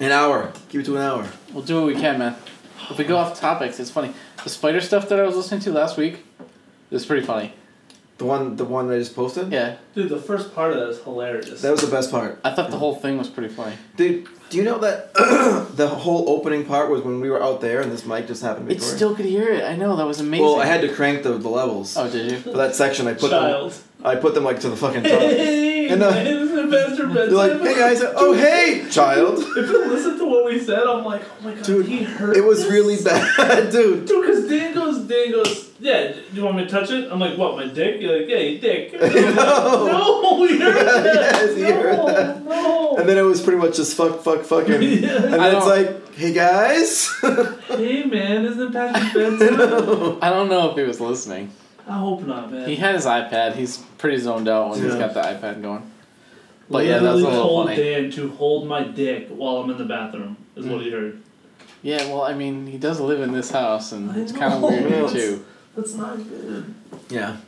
An hour. Keep it to an hour. We'll do what we can, man. If we go off topics, it's funny. The spider stuff that I was listening to last week is pretty funny. The one, the one that I just posted. Yeah, Dude, the first part of that is hilarious. That was the best part, I thought the whole thing was pretty funny. dude. Do you know that the whole opening part was when we were out there and this mic just happened? It Before? still could hear it. I know that was amazing. Well, I had to crank the, the levels Oh, did you? for that section. I put Child. them. I put them like to the fucking top. They're Hey, And, uh, this is Investor Benson. like, hey guys. Oh hey, child. If you listen to what we said, I'm like, oh my god, Dude, he hurt. It was this. really bad, dude. Dude, cause Dan goes, Dan goes, yeah. Do you want me to touch it? I'm like, what, my dick? You're like, yeah, your dick. no, you heard that. Yes, you no, heard that. No. And then it was pretty much just fuck, fuck, fucking. And Yeah. then I it's like, hey guys. hey man, isn't it Patrick Benson? I don't know if he was listening. I hope not, man. He had his iPad. He's pretty zoned out when he's Yeah. got the iPad going. But yeah, that was a Literally little told funny. Dan to hold my dick while I'm in the bathroom. Is what he heard. Yeah, well, I mean, he does live in this house, and I it's kind of know. weird It's- too. That's not good. yeah.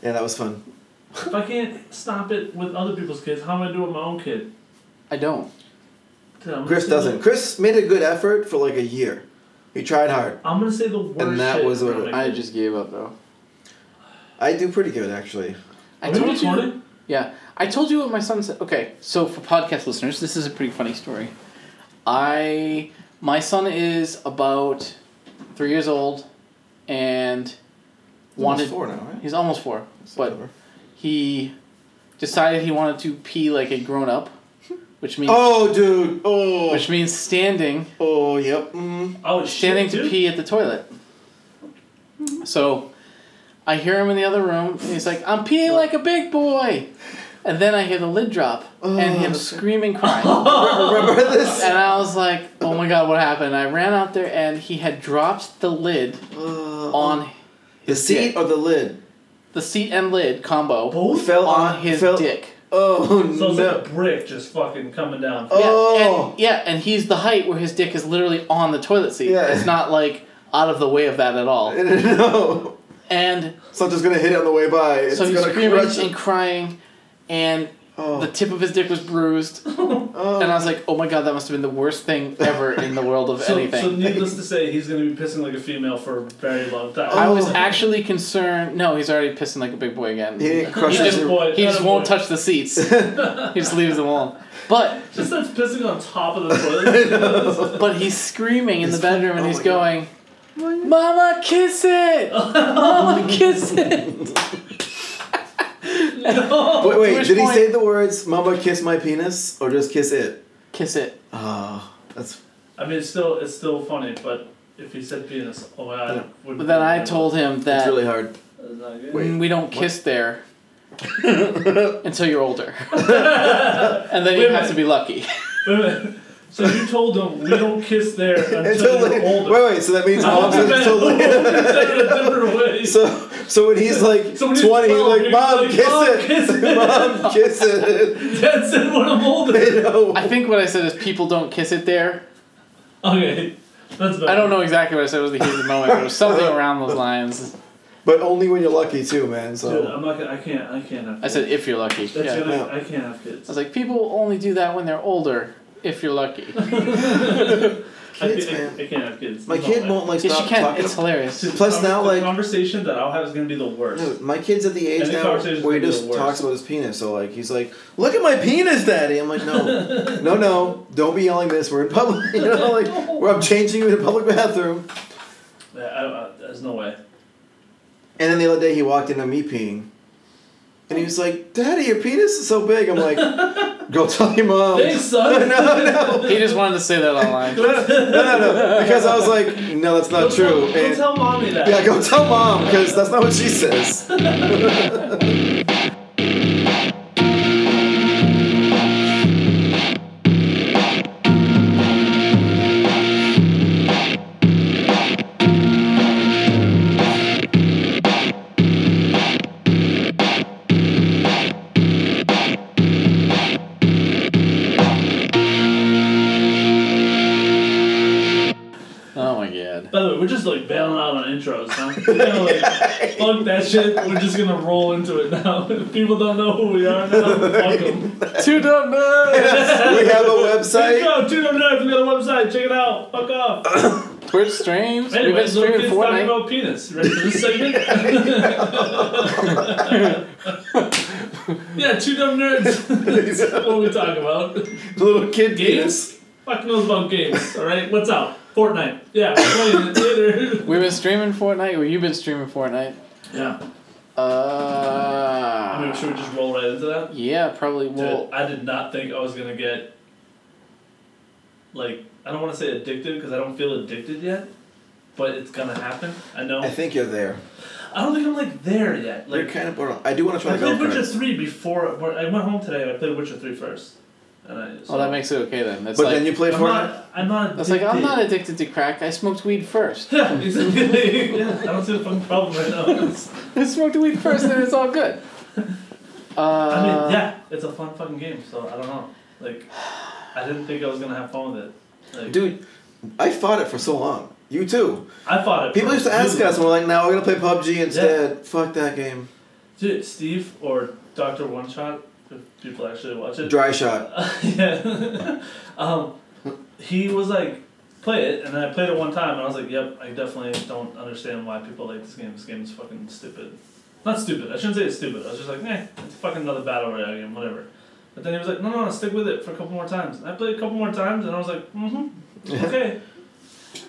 Yeah, that was fun. if I can't stop it with other people's kids, how am I doing with my own kid? I don't. Dude, I'm Chris gonna say the- doesn't. Chris made a good effort for like a year. He tried hard. I'm gonna say the worst. And that shit was what about my I kid. just gave up though. I do pretty good actually. I Are we told you. recording? Yeah, I told you what my son said. Okay, so for podcast listeners, this is a pretty funny story. I my son is about three years old, and wanted Almost four now, right? he's almost four, but Whatever. he decided he wanted to pee like a grown up, which means Oh, dude. Oh. which means standing Oh, yep. Mm. Oh, standing shit, to dude. pee at the toilet. So I hear him in the other room, and he's like, I'm peeing like a big boy. And then I hear the lid drop and Oh, him screaming, crying. Remember this? and I was like, oh my god, what happened? I ran out there, and he had dropped the lid Uh, on the seat dick. or the lid? the seat and lid combo Both. Fell on his fell- dick. Oh So it's no. like a brick just fucking coming down. Oh. Yeah, and, yeah, and he's the height where his dick is literally on the toilet seat. Yeah. It's not like out of the way of that at all. no. And It's not just gonna hit it on the way by. It's so he's gonna screaming crush and it. crying, and Oh. the tip of his dick was bruised, oh. and I was like, "Oh my god, that must have been the worst thing ever in the world of So, anything." so needless to say, he's gonna be pissing like a female for a very long time. I was Oh. actually concerned. No, he's already pissing like a big boy again. He He didn't crush just, it. Boy, he just atta won't boy. touch the seats. he just leaves them alone. But Just starts pissing on top of the toilet. but he's screaming in the He's- bedroom and oh he's my God. going, "Mama, kiss it! Mama, kiss it!" no. Wait, wait. which Did he point- say the words "Mama, kiss my penis" or just "kiss it"? Kiss it. Oh, that's I mean, it's still it's still funny, but if he said penis, oh my god. it wouldn't But then be I good. told him it's that really hard. That's not good. Wait. we don't kiss there until you're older, and then Wait you a have to minute. be lucky. Wait a minute. So you told him we don't kiss there Until until like- you're older. wait, wait. So that means mom said until later. Wait, So, so when he's like So when he's twenty, 12, like you're mom, like, kiss "Mom, it, kiss it." mom, kiss it. Dad said when I'm older. You know? I think what I said is people don't kiss it there. Okay, that's better. I don't know exactly what I said. It was the heat of the moment, but it was something around those lines. but only when you're lucky too, man. Dude, So I'm not gonna. I can't. I can't have. I Kids. said if you're lucky. That's yeah. gonna. no. I can't have I kids. was like, people only do that when they're older, if you're lucky. I, Kids, can't- man. I, can't have kids. my No kid way. won't like yes, stop you can. talking. It's hilarious. Dude, Plus the now, conver- like- the conversation that I'll have is gonna be the worst. Dude, my kid's at the age And the now conversation's where he gonna be just the worst. talks about his penis. So like he's like, "Look at my penis, daddy." I'm like, "No, no, no, don't be yelling this. We're in public. You know, like where I'm changing you in a public bathroom." Yeah, I don't, I- there's no way. And then the other day he walked in on me peeing, and he was like, "Daddy, your penis is so big." I'm like, "Go tell your mom." Thanks, son. He just wanted to say that online. No, no, no. Because I was like, no, that's not Don't tell- true. Don't And- tell mommy that. yeah, go tell mom because that's not what she says. Oh my god. Oh By the way, we're just like bailing out on intros, huh? Yeah, like, fuck that shit. We're just gonna roll into it now. If people don't know who we are now, fuck them. Two dumb nerds. we have a website. Yo, Tune Up Nerds, we got a website. Check it out. Fuck off. Twitch streams. We've been Anyways, little streaming kids talking Fortnite. about penis. You Ready for this segment? yeah, two dumb nerds. That's what we talk about. Little kid Games? Fuck knows about games. All right, what's out? Fortnite. Yeah, playing it later. We've been streaming Fortnite. Well, you've been streaming Fortnite. Yeah, I mean, Uh, should we just roll right into that? yeah, probably. Dude, Well, I did not think I was gonna get like I don't want to say addicted because I don't feel addicted yet, but it's gonna happen. I know. I think you're there. I don't think I'm like there yet. You're Like kind of borderline. I do want to I try played Witcher Valkyrie. three before. when I went home today. and I played Witcher three first, and I. So well, Oh, that makes it okay then. That's But like, then you play I'm Fortnite. not. I'm not. that's like I'm addicted. not addicted to crack. I smoked weed first. Yeah, exactly. yeah, I don't see the fucking problem right now. It's- I smoked weed first, and it's all good. Uh, I mean, yeah, it's a fun fucking game. So I don't know. Like, I didn't think I was gonna have fun with it. Like, Dude, I fought it for so long. You too. I fought it. People for used to ask really us, and we're like, no, we're going to play PUBG instead. Fuck that game. Dude, Steve or Doctor One Shot, if people actually watch it. Dry shot. yeah. um, he was like, play it, and then I played it one time, and I was like, yep, I definitely don't understand why people like this game. This game is fucking stupid. Not stupid. I shouldn't say it's stupid. I was just like, eh, it's fucking another battle royale game, whatever. But then he was like, no, no, no, stick with it for a couple more times. And I played a couple more times, and I was like, mm-hmm, okay.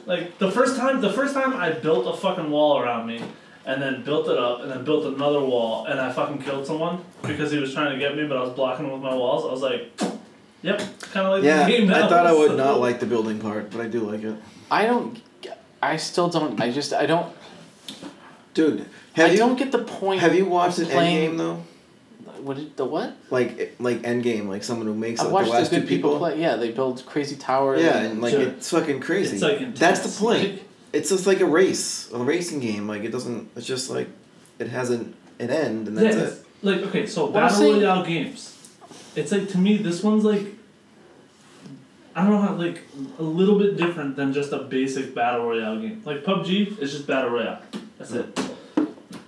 like the first time, the first time I built a fucking wall around me, and then built it up, and then built another wall, and I fucking killed someone because he was trying to get me, but I was blocking him with my walls. I was like, yep, kind of like Yeah, the game now. I thought I would So- not like the building part, but I do like it. I don't. I still don't. I just. I don't. Dude, have I you don't get the point. have you watched an playing- Endgame though? What did, the what? Like like Endgame, like someone who makes I like, watched the the, last good two people. people. play. Yeah, they build crazy towers. Yeah, and like Sure. it's fucking crazy. It's, like, intense. That's the point. It's just like a race, a racing game. Like it doesn't. It's just like it has an an end, and Yeah, that's it's, it. like okay, Well, so I'm battle saying- royale games. It's like to me, this one's like I don't know how like a little bit different than just a basic battle royale game. Like PUBG is just battle royale. That's it.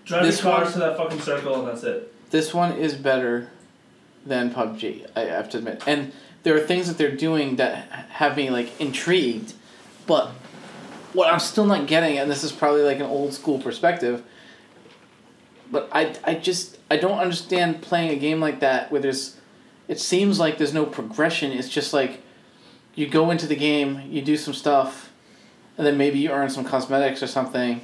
Drive This your cars one- to that fucking circle and that's it. this one is better than PUBG. I have to admit, and there are things that they're doing that have me like intrigued, but what I'm still not getting, and this is probably like an old school perspective, but I I just I don't understand playing a game like that where there's, it seems like there's no progression. It's just like, you go into the game, you do some stuff, and then maybe you earn some cosmetics or something.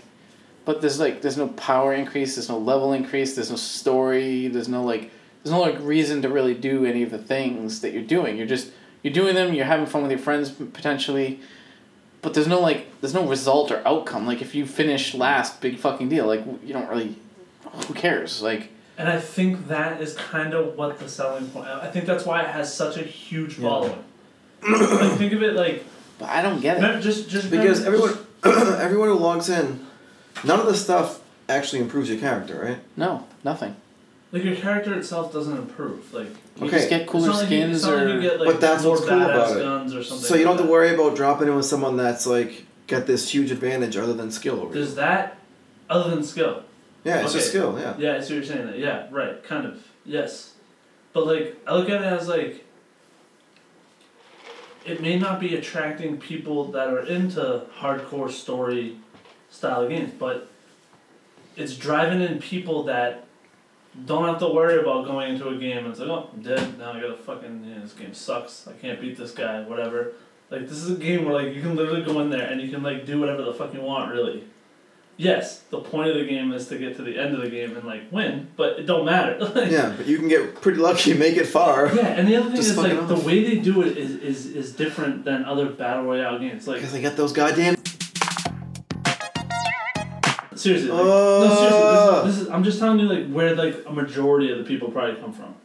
But there's like there's no power increase, there's no level increase, there's no story, there's no like there's no like reason to really do any of the things that you're doing. You're just you're doing them, you're having fun with your friends p- potentially, but there's no like there's no result or outcome. Like if you finish last, big fucking deal. Like w- you don't really who cares? Like And I think that is kind of what the selling point. I think that's why it has such a huge Yeah. following. like think of it like but I don't get it. remember, just just Because remember- everyone everyone who logs in, none of the stuff actually improves your character, right? No, nothing. like your character itself doesn't improve. Like You Okay. just get it's cooler not like you- it's skins not like or you get, like, But that's more what's cool badass about it. guns or something. So you don't like have that. to worry about dropping in with someone that's like got this huge advantage other than skill. Over you. There's that, other than skill. Yeah, it's just okay. skill. Yeah. Yeah, I see what you're saying. That. Yeah, right, kind of. Yes, but like I look at it as like, it may not be attracting people that are into hardcore story style games, but it's driving in people that don't have to worry about going into a game and it's like, oh, I'm dead now. I gotta fucking yeah, this game sucks. I can't beat this guy. Whatever. Like this is a game where like you can literally go in there and you can like do whatever the fuck you want really. Yes, the point of the game is to get to the end of the game and like win, but it don't matter. Like, Yeah, but you can get pretty lucky, make it far. yeah, and the other thing Just is like fucking the off. way they do it is, is is different than other battle royale games. Like Because I got those goddamn. seriously, like, no seriously, this is, this is I'm just telling you like where like a majority of the people probably come from.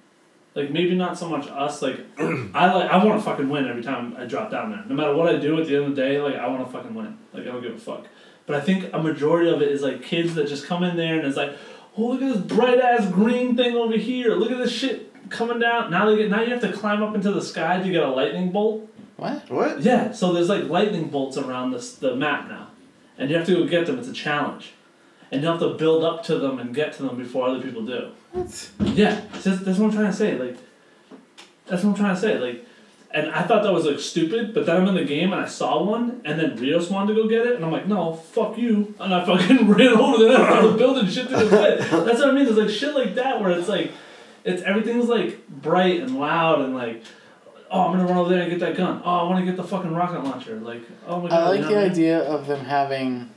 Like maybe not so much us. Like I like I want to fucking win every time I drop down there. No matter what I do at the end of the day, like I want to fucking win. Like I don't give a fuck. But I think a majority of it is like kids that just come in there and it's like, oh look at this bright ass green thing over here. Look at this shit coming down. Now they get now you have to climb up into the sky to get a lightning bolt. What? What? Yeah, so there's like lightning bolts around this the map now, and you have to go get them. It's a challenge. and you have to build up to them and get to them before other people do. What? Yeah, that's, that's what I'm trying to say. Like, that's what I'm trying to say. Like, and I thought that was like stupid, but then I'm in the game and I saw one, and then Rios wanted to go get it, and I'm like, no, fuck you, and I fucking ran over there and I was building shit through the pit. That's what I mean. It's like shit like that where it's like, it's everything's like bright and loud and like. Oh, I'm gonna run over there and get that gun. Oh, I want to get the fucking rocket launcher. Like, oh my god. I you like know the what mean? idea of them having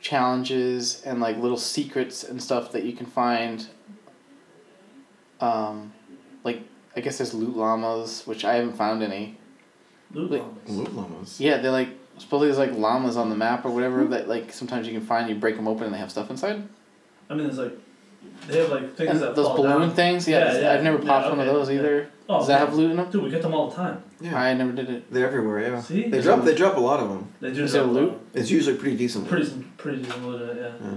challenges and like little secrets and stuff that you can find. Um, like I guess there's loot llamas, which I haven't found any. Loot like- bombs. Loot llamas. Yeah, they're like supposedly there's like llamas on the map or whatever Hmm. that like sometimes you can find. You break them open and they have stuff inside. I mean, it's like, they have like things And that those fall balloon down. things. Yeah, Yeah, it's- yeah, I've never yeah, popped one okay, of those yeah. either. Oh, Does that have man. loot in them? Dude, we get them all the time. Yeah. I never did it. They're everywhere. Yeah. See? They drop. They drop a lot of them. They do Is there drop loot? them. It's usually pretty decent. Pretty, pretty similar to that, yeah.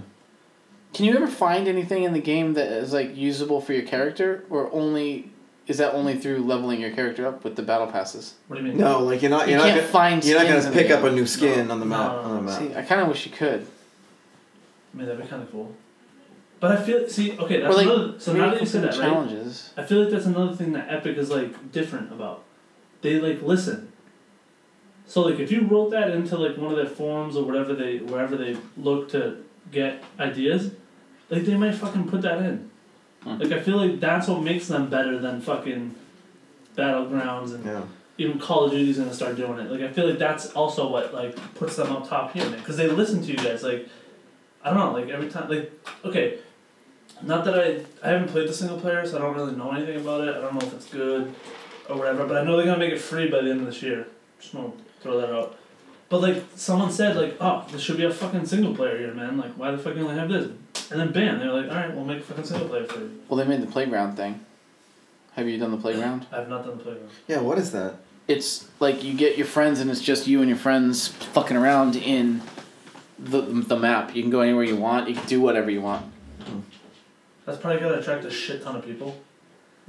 Can you ever find anything in the game that is like usable for your character, or only is that only through leveling your character up with the battle passes? What do you mean? No, like you're not. You You're not. can't Gonna, find. you're not skins gonna in the pick up game. a new skin on the No, map. no, On the map. See, I kind of wish you could. I mean, that'd be kind of cool. But I feel, see, okay, Or that's like another, so maybe now that you said consider that, right? challenges. I feel like that's another thing that Epic is, like, different about. They, like, listen. So, like, if you wrote that into, like, one of their forums or whatever they, wherever they look to get ideas, like, they might fucking put that in. Hmm. Like, I feel like that's what makes them better than fucking Battlegrounds and Yeah. even Call of Duty's gonna start doing it. Like I feel like that's also what like puts them up top here, man. Because they listen to you guys. Like I don't know. Like every time, like okay, not that I I haven't played the single player, so I don't really know anything about it. I don't know if it's good or whatever. But I know they're gonna make it free by the end of this year. Just want to throw that out. But like someone said, like oh, there should be a fucking single player here, man. Like why the fuck do they have this? And then bam, they're like, all right, we'll make a fucking single player for you. Well, they made the playground thing. Have you done the playground? I've not done the playground. Yeah. What is that? It's like you get your friends, and it's just you and your friends fucking around in the the map. You can go anywhere you want. You can do whatever you want. That's probably gonna attract a shit ton of people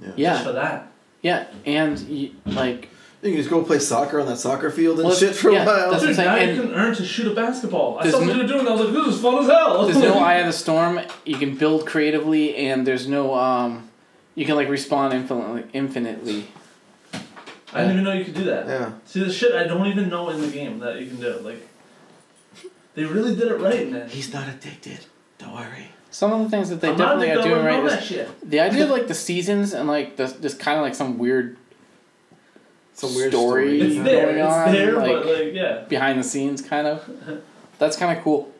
just Yeah, for that. yeah, and you, like You can just go play soccer on that soccer field and Well, shit for yeah, a while. that's- Dude, what I'm now saying, you and- can earn to shoot a basketball. I There's saw what no- you were doing. and I was like, this is fun as hell. There's no eye of the storm. You can build creatively, and there's no um, you can like respawn infinitely. Infinitely. I didn't even know you could do that. yeah. See, the shit I don't even know in the game that you can do. Like, they really did it right, man. He's not addicted. Don't worry. Some of the things that they I'm not definitely are addicted, I doing wouldn't right know that is shit. the idea of like the seasons and like the just kind of like some weird Some weird Story. story. It's yeah. there. going It's on, there, like- but like, yeah. behind the scenes kind of. That's kind of cool.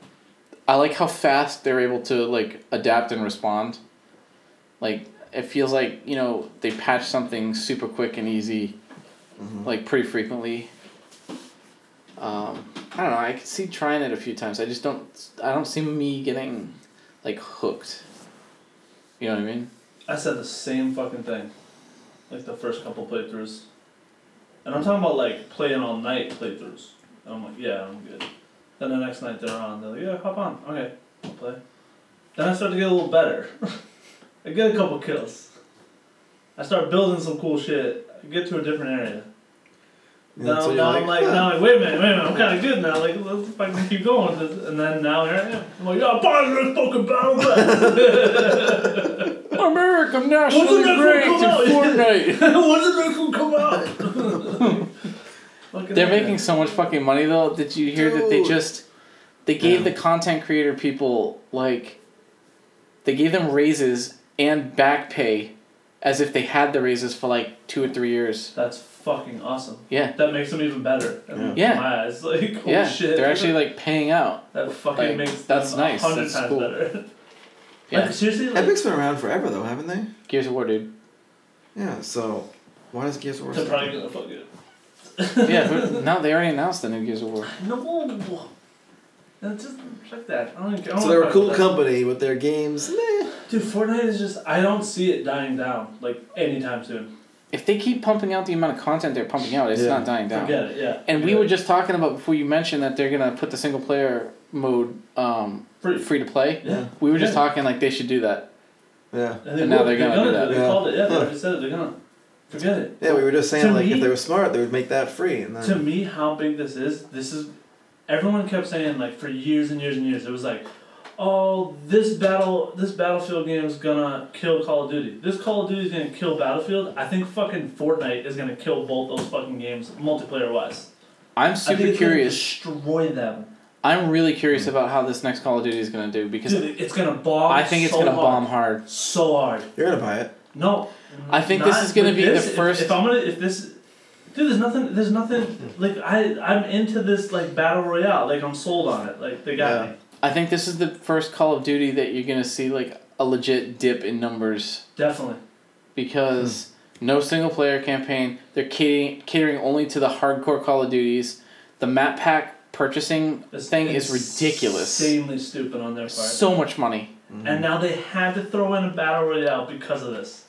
I like how fast they're able to like adapt and respond. Like it feels like you know they patch something super quick and easy, Mm-hmm. like pretty frequently. Um, I don't know. I could see trying it a few times. I just don't. I don't see me getting like hooked. You know what I mean? I said the same fucking thing. Like, the first couple playthroughs. And I'm talking about, like, playing all night playthroughs. And I'm like, yeah, I'm good. Then the next night they're on. They're like, yeah, hop on. Okay, I'll play. Then I start to get a little better. I get a couple kills. I start building some cool shit. I get to a different area. And now so you're now I'm like, "Huh." now I'm like, wait a minute, wait a minute, I'm kind of good now. Like, let's fucking keep going. with this." And then now here I am. I'm like, yeah, buy this fucking battle pass. America nationally Wasn't that ranked in cool? Fortnite. When's the next one come out? Fucking They're hell, making man. so much fucking money though. Did you hear that they Dude. just they gave Yeah. the content creator people like they gave them raises and back pay as if they had the raises for like two or three years. That's fucking awesome. Yeah. That makes them even better. In Yeah. My eyes, like, holy yeah. shit. They're actually like paying out. That fucking like, makes that's them nice, A hundred that's times cool. better. Yeah. Like, seriously, like, Epic's been around forever though, haven't they? Gears of War, dude. Yeah. So why does Gears of War? they're suck? probably gonna fuck it. Yeah, but no, they already announced the new Gears of War. No. No, just check that. I don't even care. I don't So they're wanna a fuck cool with that. company with their games. Nah. Dude, Fortnite is just, I don't see it dying down, like, anytime soon. If they keep pumping out the amount of content they're pumping out, it's Yeah. not dying down. Forget it, yeah. And we Yeah. were just talking about before you mentioned that they're gonna put the single player mode um, Free. free to play. Yeah. We were just Yeah. talking like they should do that. Yeah. And, they And now will. they're gonna do that. They Yeah. called it, yeah, they Huh. already said it, they're gonna. Forget it. Yeah, we were just saying To like me- if they were smart, they would make that free, and then Um, to me how big this is this is everyone kept saying like for years and years and years it was like oh, this battle, this Battlefield game's gonna kill Call of Duty. This Call of Duty's gonna kill Battlefield. I think fucking Fortnite is gonna kill both those fucking games multiplayer wise. I'm I think super it's gonna curious. Destroy them. I'm really curious about how this next Call of Duty is going to do because Dude, it's gonna bomb. I think it's so going to hard. bomb hard. so hard. You're gonna buy it. No. I think this not is gonna with be the this. If- first- If, I'm gonna, if this, dude, there's nothing, there's nothing. Like I, I'm into this like battle royale. Like I'm sold on it. Like they got Yeah. me. I think this is the first Call of Duty that you're going to see like a legit dip in numbers Definitely. because no single player campaign. They're catering, catering only to the hardcore Call of Duties. The map pack purchasing This thing is ridiculous. Insanely stupid on their part. So much money, and now they had to throw in a battle royale because of this.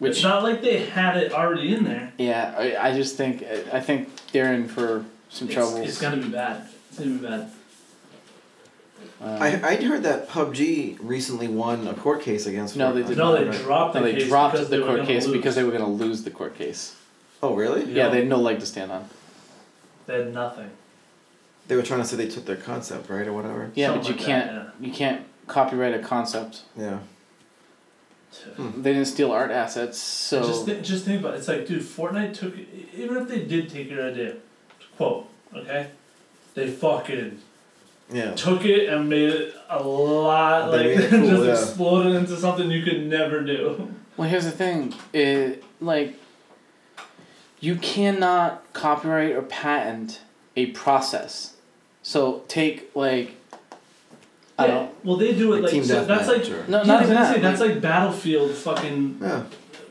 which it's not like they had it already in there. Yeah, I, I just think I think they're in for some It's, troubles. it's gonna be bad. It's gonna be bad. Um, I I heard that PUBG recently won a court case against. No, they Fortnite. did No, they Right. dropped the no, they case dropped because the they were court gonna case lose. because they were going to lose the court case. Oh really? Yeah. they had no leg to stand on. they had nothing. They were trying to say they took their concept right or whatever. Yeah, Something but you like that, can't you can't copyright a concept. Yeah. yeah. They didn't steal art assets, so Just, th- just think about it. It's like, dude, Fortnite took, even if they did take your idea, quote, okay? They fucking Yeah. took it and made it a lot, They like, made it cool, just yeah. exploded into something you could never do. well. Here's the thing: it like you cannot copyright or patent a process. So take like I don't Well, they do it Like like, team so that's like, deathmatch. or- no Yeah, not I was even gonna that. say, that's like, like Battlefield fucking Yeah.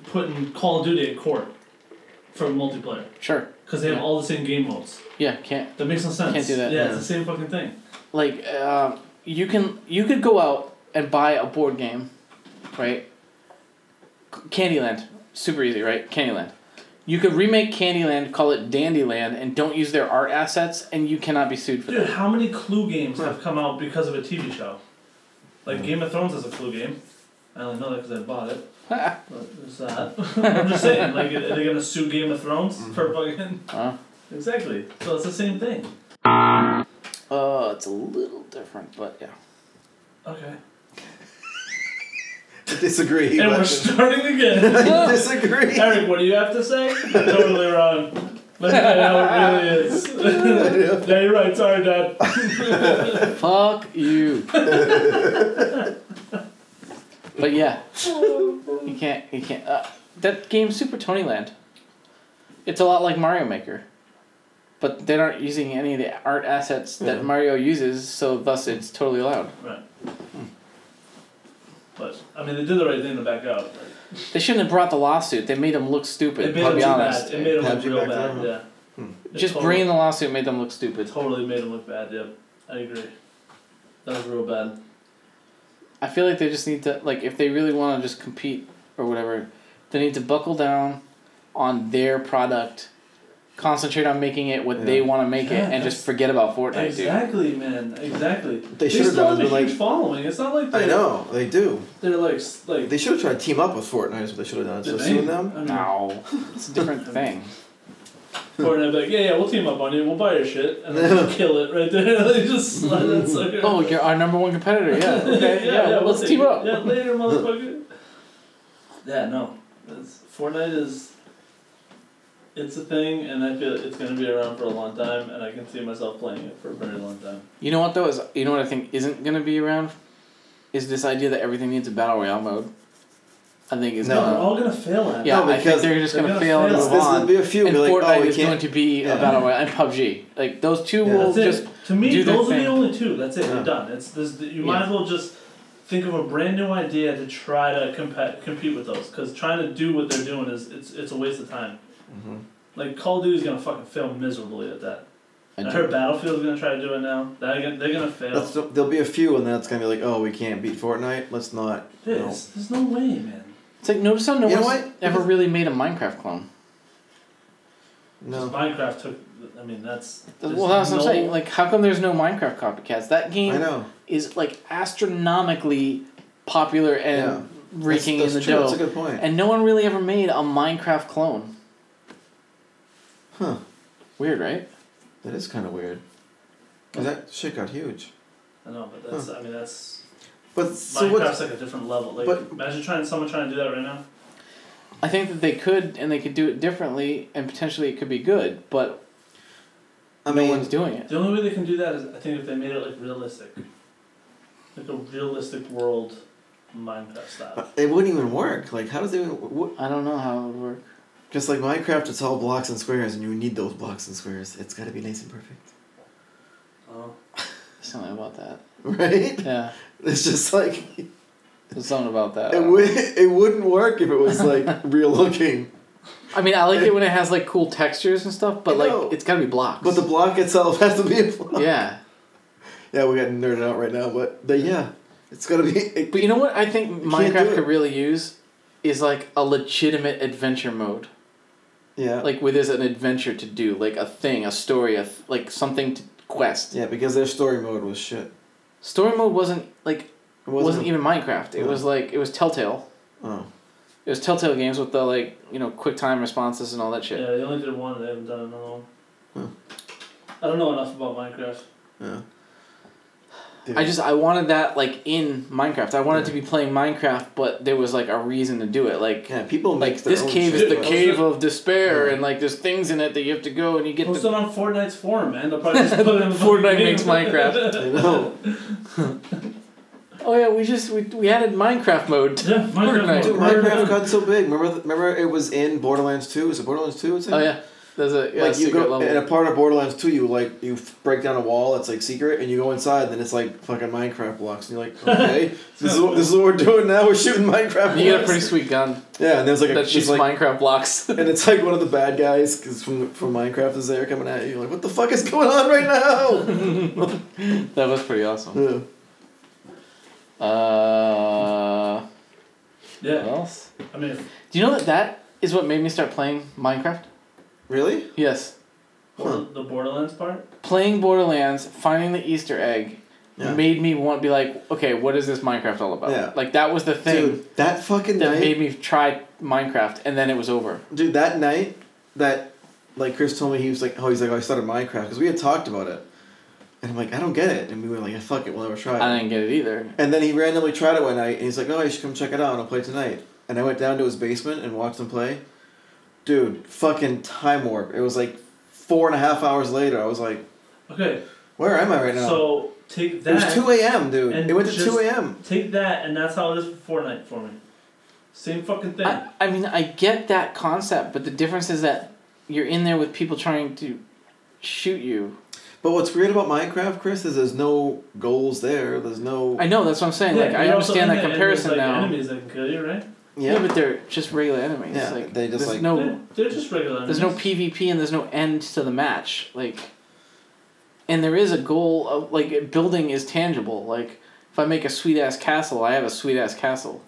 putting Call of Duty in court for multiplayer. sure Because they have Yeah. all the same game modes. yeah can't That makes no sense. Can't do that. Yeah, Yeah. it's the same fucking thing. like um, you can you could go out and buy a board game, right? C- Candyland, super easy, right? Candyland. You could remake Candyland, call it Dandyland, and don't use their art assets, and you cannot be sued for Dude, that. how many Clue games Huh. have come out because of a TV show? Like Game of Thrones is a Clue game. I only know that because I bought it. but there's that. I'm just saying, like, are they gonna sue Game of Thrones for fucking? Huh? Exactly. So it's the same thing. Oh, it's a little different, but yeah. Okay. Disagree. and we're but- starting again. disagree. Eric, what do you have to say? totally wrong. Let me tell you how it really is. yeah, you're right. Sorry, Dad. Fuck you. but yeah, you can't. You can't. Uh, that game, Super Tony Land. It's a lot like Mario Maker, but they aren't using any of the art assets that Yeah. Mario uses, so thus it's totally allowed. Right. But I mean, they did the right thing to back out. They shouldn't have brought the lawsuit. They made them look It stupid. made I'll him be look honest. bad. It made him Had look you real back bad. down? Yeah. It Just totally- bringing the lawsuit made them look It stupid. totally made him look bad. Yep, I agree. That was real bad. I feel like they just need to like if they really want to just compete or whatever, they need to buckle down on their product, concentrate on making it what they Yeah. want to make Yeah, it, and just that's- forget about Fortnite, Exactly, man. Exactly. They should have still done have it, a but, huge like- following. It's not like they, I know they do. They're like s- like. They should have tried to team up with Fortnite. Is what they should have done. So did they? suing them. I mean, dude. No, it's a different thing. Fortnite be like, yeah, yeah, we'll team up on you. We'll buy your shit and then just kill it right there. like just slide that sucker. Oh, you're our number one competitor. Yeah. Okay. yeah. well, we'll let's take team it. up. Yeah, later, motherfucker. yeah, no. That's, Fortnite is. It's a thing, and I feel it's gonna be around for a long time, and I can see myself playing it for a very long time. You know what though is you know what I think isn't gonna be around, is this idea that everything needs a battle royale mode. I think is No. We're gonna. all gonna fail at it. Yeah, No, I think because they're just they're gonna, gonna fail and fail. This, move this on. would be a few. and be like, Fortnite oh, we is going can't. to be yeah. a battle royale and PUBG. Like those two Yeah. will That's just it. To me, do their those are thing. the only two. That's it. Yeah. You're done. It's this. You might as well just think of a brand new idea to try to compa- compete with those. Because trying to do what they're doing is it's it's a waste of time. Mhm. Like Call of Duty's gonna fucking fail miserably at that. I I heard Battlefield's gonna try to do it now. They're gonna, they're gonna fail. That's, there'll be a few, and that's gonna be like, oh, we can't beat Fortnite. Let's not. Dude, No. it's- There's no way, man. It's like notice how no You know one's what? ever really made a Minecraft clone. No. Minecraft took. I mean, that's. there's well, that's no, what I'm saying. Like, how come there's no Minecraft copycats? That I game know. is like astronomically popular and Yeah. raking that's, that's in the true. dough, That's a good point. and no one really ever made a Minecraft clone. Huh. Weird, right? That is kind of weird. 'Cause that shit got huge. I know, but that's. I mean, that's. But so Minecraft's what's like a different level. Like but- imagine trying someone trying to do that right now. I think that they could and they could do it differently and potentially it could be good, but I no mean, one's doing it. The only way they can do that is I think if they made it like realistic, like a realistic world, Minecraft style. it wouldn't even work. Like, how does it? Because I don't know how it would work. like Minecraft, it's all blocks and squares, and you need those blocks and squares. It's got to be nice and perfect, Oh. Something about that. right? Yeah. It's just like There's something about that. it would it wouldn't work if it was like real looking. I mean, I like it when it has like cool textures and stuff, but I like know. it's gotta be blocks. But the block itself has to be a block. yeah. Yeah, we got nerded out right now, but the, yeah, it's gonna be. It, But you know what I think You can't do Minecraft it. could really use is like a legitimate adventure mode. yeah, Like where there's an adventure to do, like a thing, a story, a th- like something to quest. yeah, because their story mode was shit. Story mode wasn't like It wasn't, even Minecraft. It Yeah. was like it was Telltale. Oh, It was Telltale games with the like you know quick time responses and all that shit. Yeah, they only did one. They haven't done another one. Huh. I don't know enough about Minecraft. yeah. Yeah. I just I wanted that like in Minecraft. I wanted to be playing Minecraft, but there was like a reason to do it. Like yeah, people make like their this own cave is shit, the but- Dude, cave of despair, Yeah. and like there's things in it that you have to go and you get Post the it on Fortnite's forum, man. They'll probably just put it in the Fortnite fucking game. makes Minecraft. I know, oh yeah we just we, we added Minecraft mode. to Yeah, Minecraft. Fortnite. dude. Dude, Minecraft got so big. Remember, the, remember, it was in Borderlands Two. Is it Borderlands Two? It's in? Oh yeah, there's a yeah, like you secret go level. in a part of Borderlands 2, you like you f- break down a wall that's like secret, and you go inside, and then it's like fucking Minecraft blocks, and you're like, okay, this is what this is what we're doing now. We're shooting Minecraft. you get a blocks. pretty sweet gun yeah, and there's like a that there's, shoots like, Minecraft blocks. and it's like one of the bad guys 'cause from from Minecraft is there coming at you. You're like, what the fuck is going on right now? that was pretty awesome. Yeah. Uh, what Yeah, else? I mean, Do you know that that is what made me start playing Minecraft? Really? Yes, Huh. the Borderlands part. playing Borderlands, finding the Easter egg, Yeah. made me want be like, okay, what is this Minecraft all about? Yeah. Like that was the thing Dude, that fucking that night, made me try Minecraft, and then it was over. dude, that night, that like Chris told me he was like, oh, he's like, oh, I started Minecraft because we had talked about it, and I'm like, I don't get it, and we were like, yeah, fuck it, we'll never try. it. I didn't get it either. And then he randomly tried it one night, and he's like, "Oh, you should come check it out. I'll play tonight." And I went down to his basement and watched him play. Dude, fucking time warp! It was like four and a half hours later. I was like, Okay, "Where am I right now?" so take it that. was two a.m., dude. and It went to just- two a.m. Take that, and that's how it is for Fortnite for me. Same fucking thing. I, I mean, I get that concept, but the difference is that you're in there with people trying to shoot you. But what's weird about Minecraft, Chris, is there's no goals there. There's no I know that's what I'm saying. like Yeah, I you're also understand in that there, and there's, comparison like, now. Enemies that can kill you, right? Yeah. yeah. but they're just regular enemies. Yeah, like they just, there's like- no They're, they're just regular. there's no enemies. PvP and there's no end to the match. Like, and there is a goal of like building is tangible. Like if I make a sweet ass castle, I have a sweet ass castle.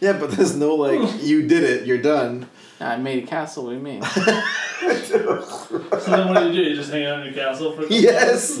yeah, but there's no like you did it, you're done. I made a castle. What do you mean? So then, what do you do? You just hang out in your castle for. a couple hours?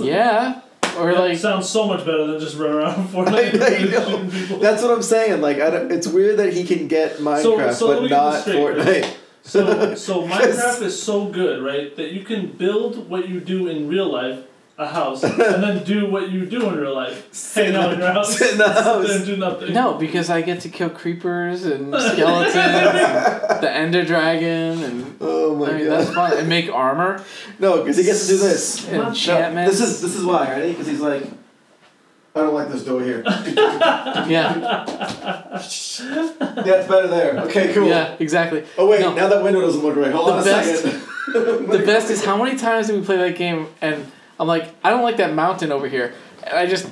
Yes, yeah, or That like sounds so much better than just running around Fortnite I know, you know. shooting people. that's what I'm saying. Like, I don't, it's weird that he can get Minecraft, so let but me get not this straight, Chris. Fortnite. So, so Yes. Minecraft is so good, right? That you can build what you do in real life, a house, and then do what you do in real life, hang out in your house, Sit in the house. and do nothing. no, because I get to kill creepers and skeletons, the Ender Dragon, and Oh my I mean god! that's fun. And make armor, No, because he gets to do this. and No, No, enchantments. this is this is why, ready? Because he's like, I don't like this door here. yeah, That's better there. Okay, cool. yeah, exactly. Oh wait, No. now that window doesn't look right. Hold The on a best- second. The best is how many times did we play that game and I'm like, I don't like that mountain over here. And I just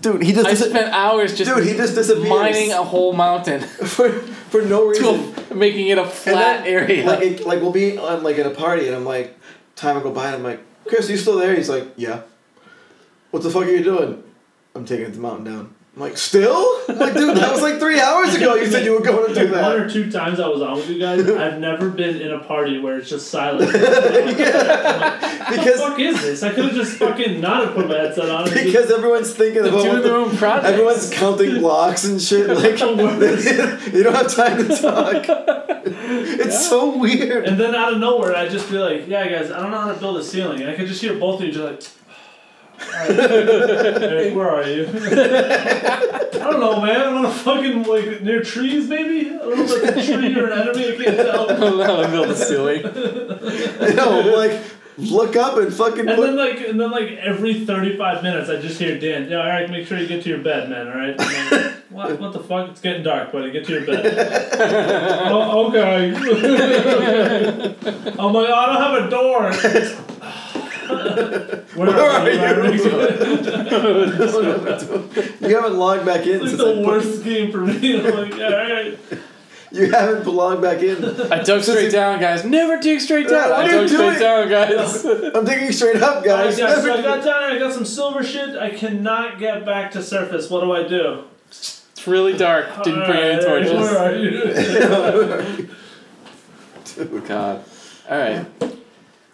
dude, he I spent hours just dude, he just disappears mining a whole mountain for for no reason. to a, making it a flat then, area. Like it, like we'll be on like at a party, and I'm like, time will go by, and I'm like, Chris, you still there? He's like, yeah. What the fuck are you doing? I'm taking the mountain down. I'm like, still? I'm like, dude, that was like three hours ago. You said you were going to do Like, One that. or two times I was on with you guys, I've never been in a party where it's just silent. yeah. Because fuck is this? I could have just fucking not have put my headset on. and just- because everyone's thinking the about do what their own project. Everyone's counting blocks and shit. Like you don't have time to talk. It's so weird. and then out of nowhere, I'd just be like, yeah, guys, I don't know how to build a ceiling. And I could just hear both of you just like, Eric, where are you? I don't know, man. I'm on a fucking like near trees, maybe. I don't know if that's a tree or an enemy. I can't tell. I built a ceiling. You know, like look up and fucking And then put. like, and then like every thirty-five minutes, I just hear Dan. Yeah, Eric, make sure you get to your bed, man. All right. I'm like, what? What the fuck? It's getting dark, buddy. Get to your bed. oh, okay. I'm like, oh, I don't have a door. Where, are you? Eric? You haven't logged back in. It's Since like I the put- worst game for me. I'm like, all right. you haven't logged back in. I dug straight down, guys. Never dig straight down. Yeah, what I are dug you straight doing? down, guys. I'm digging straight up, I guys. got, Oh so I Never- got down and I got some silver shit. I cannot get back to surface. What do I do? it's really dark. Didn't bring any Alright, Where torches. are you? God. All right.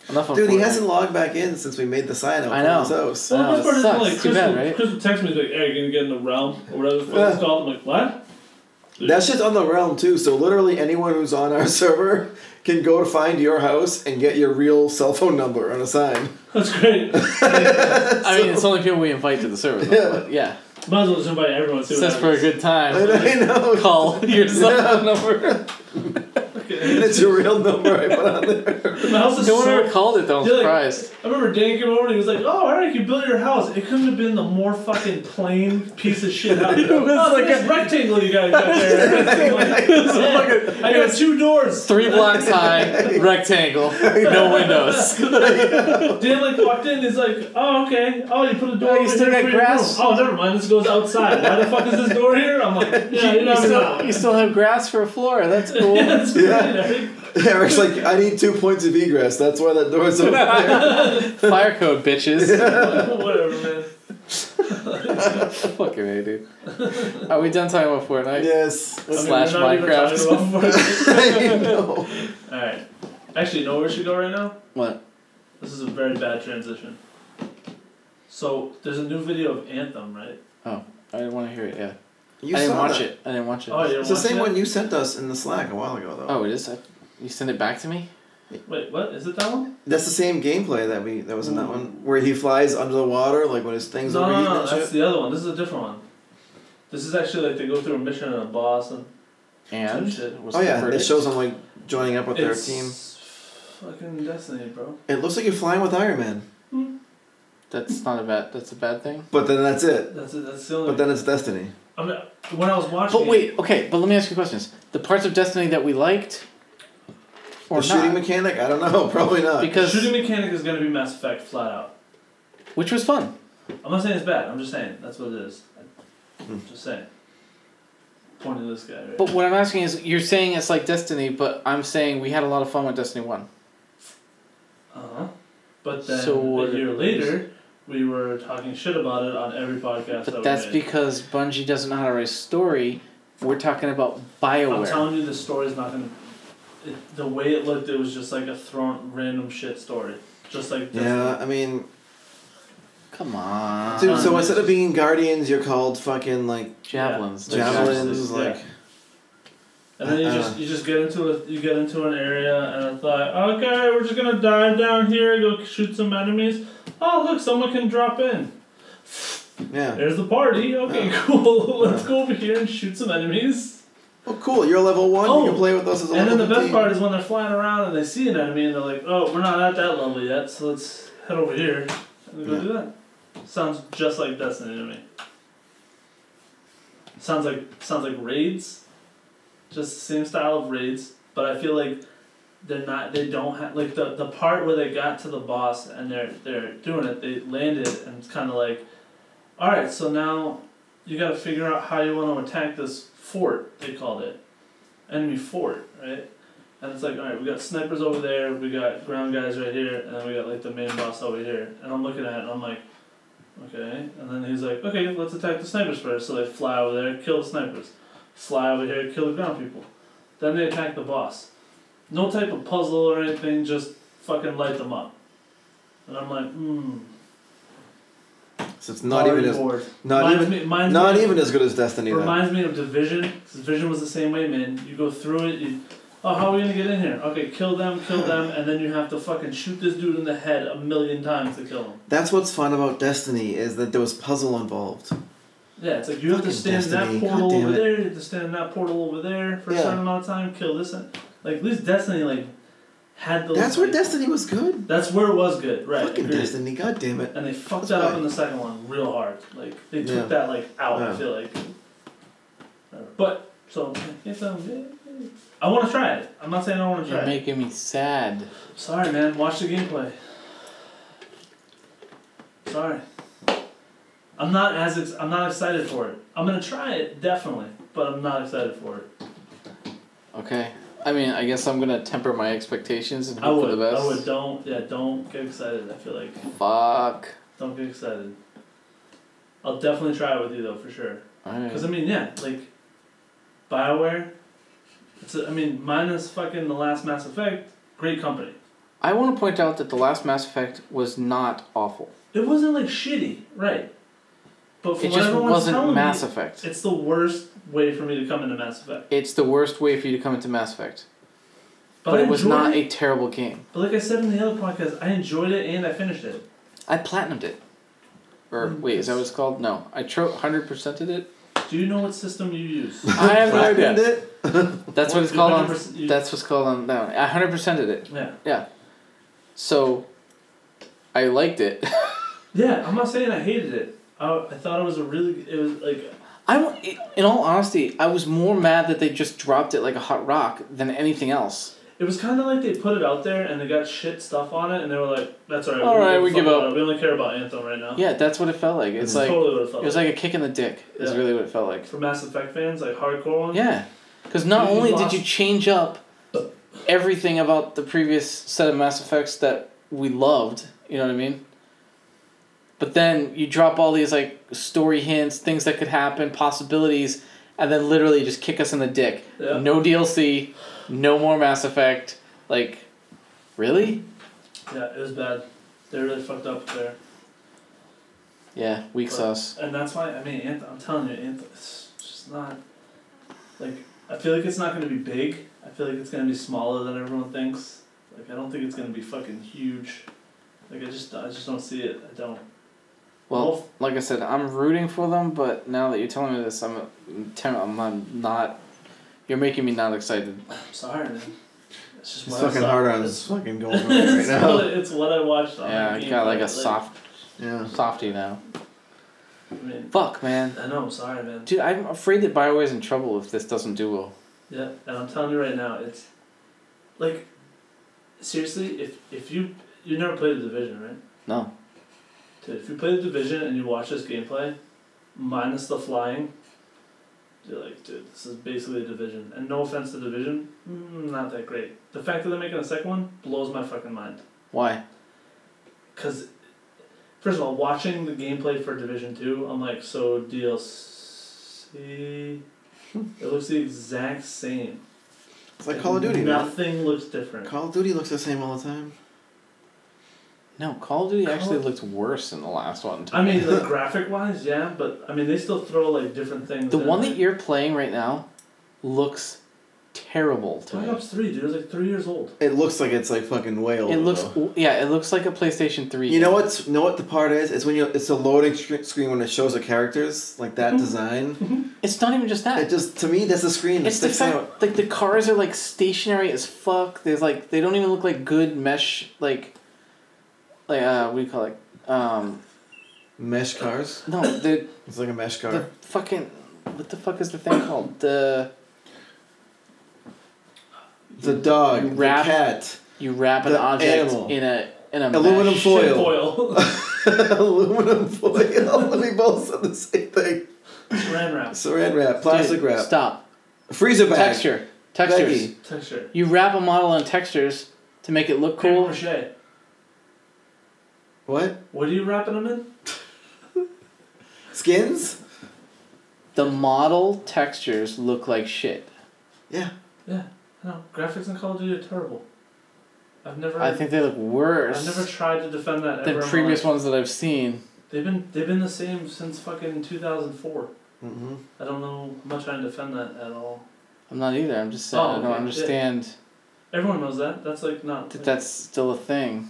Enough on Dude, he Fortnite. hasn't logged back in since we made the sign out I for know. his house. Well, Well, Oh, it the best part is sucks. like Too Chris, bad, will, right? Chris will text me he's like, "Hey, you gonna get in the realm or whatever the fuck it's Yeah. called?" I'm like, "What?" That shit's on the realm too, so literally anyone who's on our server can go to find your house and get your real cell phone number on a sign. That's great. I mean, it's only people we invite to the server. though, Yeah. But yeah. Might as well just invite everyone. See This what is for a happens. good I time. know. Call your cell phone number. Okay. It's your real number I put on there. My house is No one so- ever called it though. I'm You're like- surprised. I remember Dan came over and he was like, "Oh, Eric, you built your house. It couldn't have been the more fucking plain piece of shit out It there. was oh, like it's this rectangle you got got there. Like, "Yeah, I got two doors. Three blocks high, rectangle, no windows. Dan like walked in. He's like, "Oh, okay. Oh, you put a door. Oh, you over still got here for your grass? room. Oh, never mind. This goes outside. Why the fuck is this door here? I'm like, yeah, you You know, it's still, not. you still have grass for a floor. That's cool. yeah, it's Yeah. fine, Eric. Eric's like, I need two points of egress. That's why that door's open. Fire code, bitches. Whatever, man. Fucking A, dude. Are we done talking about Fortnite? yes. I mean, Slash we're not even Minecraft. talking about Fortnite. I know. Alright. Actually, you know where we should go right now? What? This is a very bad transition. So, there's a new video of Anthem, right? I didn't want to hear it, yeah. You I didn't saw watch that. it. I didn't watch it. Oh, you didn't It's the watch same that? one you sent us in the Slack a while ago, though. Oh, it is? I, you send it back to me? Wait, what? Is it that one? That's the same gameplay that we that was in that one where he flies under the water, like when his things Mm. no, no, overheating no, and that's shit. the other one. This is a different one. This is actually like they go through a mission and a boss and And? some shit. what's Oh the yeah, it verdict? shows him like joining up with It's their team. fucking Destiny, bro. It looks like you're flying with Iron Man, That's not a bad, that's a bad thing. but then that's it. That's it. That's the only. But then it's Destiny. I mean, when I was watching, But wait, okay, but let me ask you questions. The parts of Destiny that we liked, or the not? shooting mechanic? I don't know. Probably not. the because, shooting mechanic is gonna be Mass Effect flat out. which was fun. I'm not saying it's bad. I'm just saying that's what it is. I'm just saying. Point to this guy. Right? But what I'm asking is, you're saying it's like Destiny, but I'm saying we had a lot of fun with Destiny 1. uh-huh. But then So what- a year later, we were talking shit about it on every podcast. that But we that's made. because Bungie doesn't know how to write a story. We're talking about I'm BioWare. telling you, the story's not gonna. It, the way it looked, it was just like a thrown random shit story, just like this. yeah, I mean, Come on. dude. Um, So instead of being guardians, you're called fucking like Javelins. Yeah. dude. javelins. Yeah. Like And then you Uh-uh. just you just get into a, you get into an area and it's like okay we're just gonna dive down here go shoot some enemies oh look someone can drop in yeah. there's the party okay cool let's go over here and shoot some enemies Oh, cool. You're level one. Oh, you can play with us as a and level then the best 15. part is when they're flying around and they see an enemy and they're like oh we're not at that level yet so let's head over here and go Yeah. do that sounds just like Destiny to me sounds like sounds like raids just the same style of raids, but I feel like they're not. They don't have like the, the part where they got to the boss and they're they're doing it. They landed and it's kind of like, all right, so now you got to figure out how you want to attack this fort. They called it enemy fort, right? And it's like, all right, we got snipers over there, we got ground guys right here, and then we got like the main boss over here. And I'm looking at it, and I'm like. Okay, and then he's like, okay, let's attack the snipers first. So they fly over there, kill the snipers fly over here, kill the ground people. Then they attack the boss. No type of puzzle or anything, just fucking light them up. And I'm like, hmm. So it's not even already as bored. not Reminds even me- reminds not me- even as good as Destiny. Then. Reminds me of Division, because Division was the same way, man. You go through it, you, oh, how are we gonna get in here? Okay, kill them, kill them, and then you have to fucking shoot this dude in the head a million times to kill him. That's what's fun about Destiny is that there was puzzle involved. Yeah, it's like you have to Fucking stand in that Destiny, portal goddamn over it. there, you have to stand in that portal over there for Yeah. a certain amount of time, kill this and like at least Destiny like had the That's where like- Destiny was good. That's where it was good, right. Fucking agreed. Destiny, god damn it. And they fucked That's that up why. in the second one real hard. Like they took Yeah. that like out. Yeah. I feel like. Whatever. But so if I'm, I want to try it. I'm not saying I want to try You're it. making me sad. Sorry, man. Watch the gameplay. Sorry. I'm not as ex- I'm not excited for it. I'm gonna try it definitely, but I'm not excited for it. Okay. I mean, I guess I'm gonna temper my expectations and I hope would. for the best. I would. Don't. Yeah. Don't get excited. I feel like Fuck. don't get excited. I'll definitely try it with you though for sure. Because Alright. I mean, yeah, like Bioware. It's a, I mean, minus fucking the last Mass Effect, great company. I want to point out that the last Mass Effect was not awful. It wasn't like shitty, right? But from It what just everyone's wasn't telling Mass me, Effect. it's the worst way for me to come into Mass Effect. It's the worst way for you to come into Mass Effect. But, But I it was not enjoyed it. a terrible game. But like I said in the other podcast, I enjoyed it and I finished it. I platinumed it. Or Mm, wait, is that what yes. it's called? No, I tro- hundred percented it. Do you know what system you use? I have no Platinum idea. it? That's what it's You called on. 100% you- That's what's called on that one. I hundred percented it. yeah. So, I liked it. Yeah, I'm not saying I hated it. I, I thought it was a really it was like I don't- in all honesty, I was more mad that they just dropped it like a hot rock than anything else. It was kind of like they put it out there and they got shit stuff on it, and they were like, "That's all right. All don't right, give a we fuck give about up. it. We only care about Anthem right now." Yeah, that's what it felt like. It's That's like Mm-hmm. totally what it felt. it was like. like a kick in the dick. Is Yeah. really what it felt like. for Mass Effect fans, like hardcore ones. Yeah, because not You only did lost- you change up everything about the previous set of Mass Effects that we loved, you know what I mean. But then you drop all these like story hints, things that could happen, possibilities, and then literally just kick us in the dick. Yeah. No DLC, no more Mass Effect. Like, really? Yeah, it was bad. They really fucked up there, Yeah, weak But- sauce. and that's why I mean, Anthem. I'm telling you, Anthem. It's just not like I feel like it's not gonna be big. I feel like it's gonna be smaller than everyone thinks. Like I don't think it's gonna be fucking huge. Like I just, I just don't see it. I don't. Well, Wolf- like I said, I'm rooting for them, but now that you're telling me this, I'm, I'm, I'm not. You're making me not excited. I'm sorry, man. It's It's just what I fucking saw. hard on It's- this fucking going on right it's, what, now. it's what I watched on Yeah, I the got like game, a soft Yeah. softy now. I mean, Fuck, man. I know, I'm sorry, man. Dude, I'm afraid that Bioware's in trouble if this doesn't do well. Yeah, and I'm telling you right now, it's like seriously, if if you you never played the division, right? No. Dude, if you play the division and you watch this gameplay, minus the flying, you're like, dude, this is basically a division. And no offense to division, mm, not that great. The fact that they're making a second one blows my fucking mind. Why? Because, first of all, watching the gameplay for Division 2, I'm like, so DLC. It looks the exact same. It's like Call of Duty, man. Nothing looks different. Call of Duty looks the same all the time. No, Call of Duty Call- actually looked worse than the last one. to I me. mean, like, graphic wise, yeah, but I mean, they still throw like different things. the in one there. that you're playing right now looks terrible to Black me. Ops 3, dude, it was like three years old. It looks like it's like fucking way older. It looks though. yeah, it looks like a PlayStation Three. You know game. what's know what the part is? It's when you it's a loading sc- screen when it shows the characters like Mm-hmm. that design. It's not even just that. It just to me that's the screen. that It's the sticks fact out. like the cars are like stationary as fuck. There's like they don't even look like good mesh like like uh what do you call it? Um mesh cars. no, the It's like a mesh car. the fucking what the fuck is the thing called? The the dog, the Wrap- cat, you wrap an The object animal. in a in a Aluminum mesh. foil. Tinfoil. aluminum foil. they both said the same thing. Ran wrap. Saran wrap, plastic Dude, wrap, Stop. freezer bag, Texture. Textures. Veggie. Texture. You wrap a model on textures to make it look Cool. cool. Mache. What What are you wrapping them in? skins? The model textures look like shit. Yeah, Yeah, no. Graphics in Call of Duty are terrible. I've never. I think they look worse I've never tried to defend that ever. in than my previous life. ones that I've seen. They've been they've been the same since fucking two thousand four. mm-hmm. I don't know how much I defend that at all. I'm not either. I'm just saying Oh, I don't okay, yeah. understand Everyone knows that. That's like not. that that's still a thing.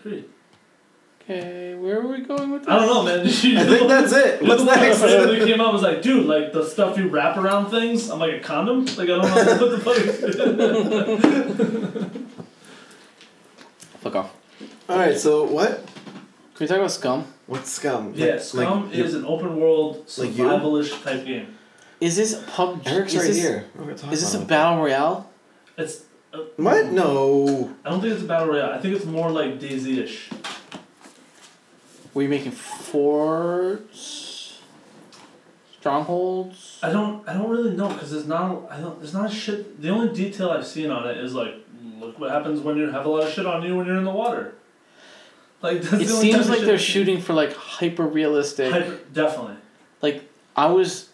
Agreed. Okay, where are we going with this? I don't know, man. I think that's it. What's next? They came out and was like, dude, like the stuff you wrap around things. I'm like a condom. Like I don't know what the fuck. Fuck off. All right. So what? Can we talk about Scum? What's scum? Like- yeah, Scum like, is an open world Like you? survivalish type game. Is this pub? Eric's is right this, here. We're gonna talk Is this a about battle royale? It's. Uh, it. What? No. I don't think it's a battle royale. I think it's more like Daisy ish. Were you making forts, strongholds? I don't. I don't really know because there's not. I don't. There's not shit. The only detail I've seen on it is like, look what happens when you have a lot of shit on you when you're in the water. Like that's It the only type seems of like shit they're I've seen. shooting for like hyper realistic. Hyper, definitely. like I was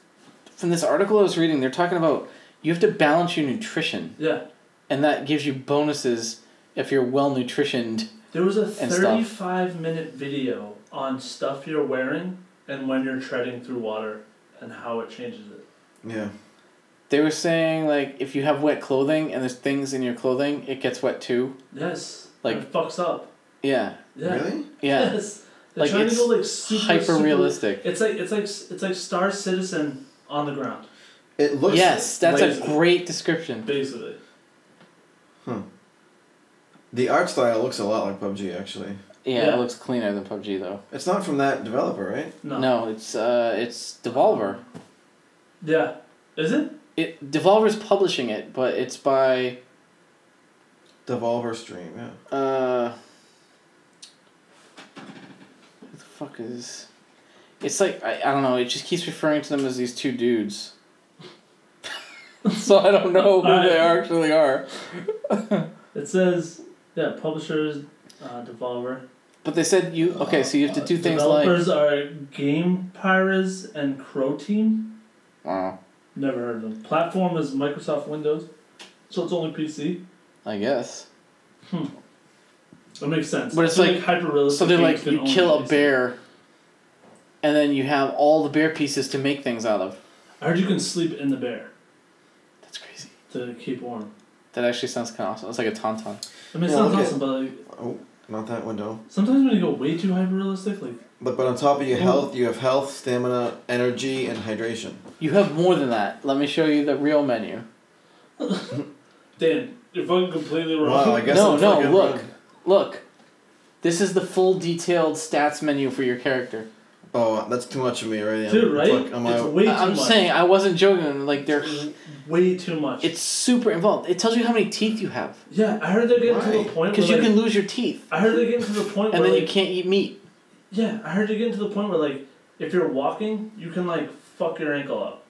from this article I was reading, they're talking about you have to balance your nutrition, Yeah. and that gives you bonuses if you're well nutritioned. There was a and stuff. 35 minute video on stuff you're wearing and when you're treading through water and how it changes it. Yeah. They were saying like if you have wet clothing and there's things in your clothing, it gets wet too. Yes. Like- it fucks up. Yeah, Yeah. Really? yeah, Yes. They're Like, trying it's to go like super hyper super- realistic. It's like it's like it's like Star Citizen on the ground, It looks. Yes, that's a like- great description. basically. The art style looks a lot like PUBG actually. Yeah, Yeah. it looks cleaner than PUBG though. It's not from that developer, right? No. No, it's uh, it's Devolver. Yeah. Is it? It Devolver's publishing it, but it's by Devolver Stream. Yeah. Uh, what the fuck is? It's like I, I don't know. It just keeps referring to them as these two dudes. so I don't know who they actually are. It says yeah, publishers, uh, developer. Uh, But they said you okay. So you have to do things like Developers are Game Pirates and Crow Team. wow. Never heard of them. Platform is Microsoft Windows, so it's only PC. I guess. That makes sense. But it's So, like- hyper realistic. So they're like you kill a bear, and then you have all the bear pieces to make things out of. I heard you can sleep in the bear That's crazy. to keep warm. That actually sounds kind of awesome. It's like a tauntaun. I mean, it Yeah, sounds okay. awesome, but like, Oh, not that window. sometimes when you go way too hyper realistic, like But but on top of your Ooh. health, you have health, stamina, energy, and hydration. You have more than that. Let me show you the real menu. Dan, you're fucking completely wrong. Wow, I guess No, I'm no, fucking look. wrong. Look, this is the full detailed stats menu for your character. Oh, that's too much of me already. Dude, right? Fuck, am it's I- way too I'm much. saying I wasn't joking. Like they're, way too much. it's super involved. It tells you how many teeth you have yeah, I heard they're getting to the Why? point where because you like, can lose your teeth, I heard they're getting to the point and where then like, you can't eat meat. yeah, I heard you're getting to the point where like if you're walking, you can like fuck your ankle up.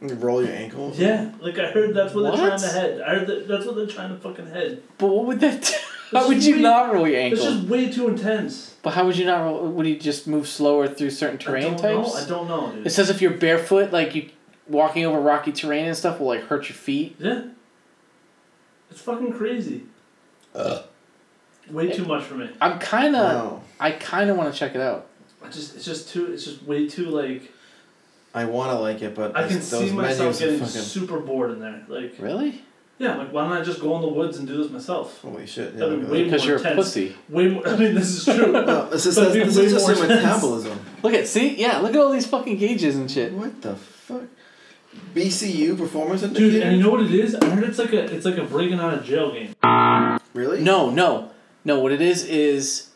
You roll your ankle. Yeah, like I heard that's what, they're What? trying to head. I heard that, that's what they're trying to fucking head. But what would that? Do? How is would you way- not roll your It's ankle? just way too intense. But how would you not roll? Would you just move slower through certain I terrain don't Know. I types? don't know, dude. It says if you're barefoot, like you walking over rocky terrain and stuff, will like hurt your feet. yeah. It's fucking crazy. Ugh. Way too much for me. I'm kind of, No, I kind of want to check it out. I just it's just too it's just way too like I want to like it, but I can it's- those see myself menus are getting fucking. super bored in there. Like Really? yeah, like why don't I just go in the woods and do this myself? Holy shit! Yeah, That'd look be at way that. Because more you're a intense. pussy. Way more. I mean, this is true. no, this is, That'd be this way is just more your intense. metabolism. Look at see, yeah, look at all these fucking gauges and shit. What the fuck? BCU performance indicator. Dude, and you know what it is? I heard it's like a it's like a breaking out of jail game. really? No, no, no. What it is is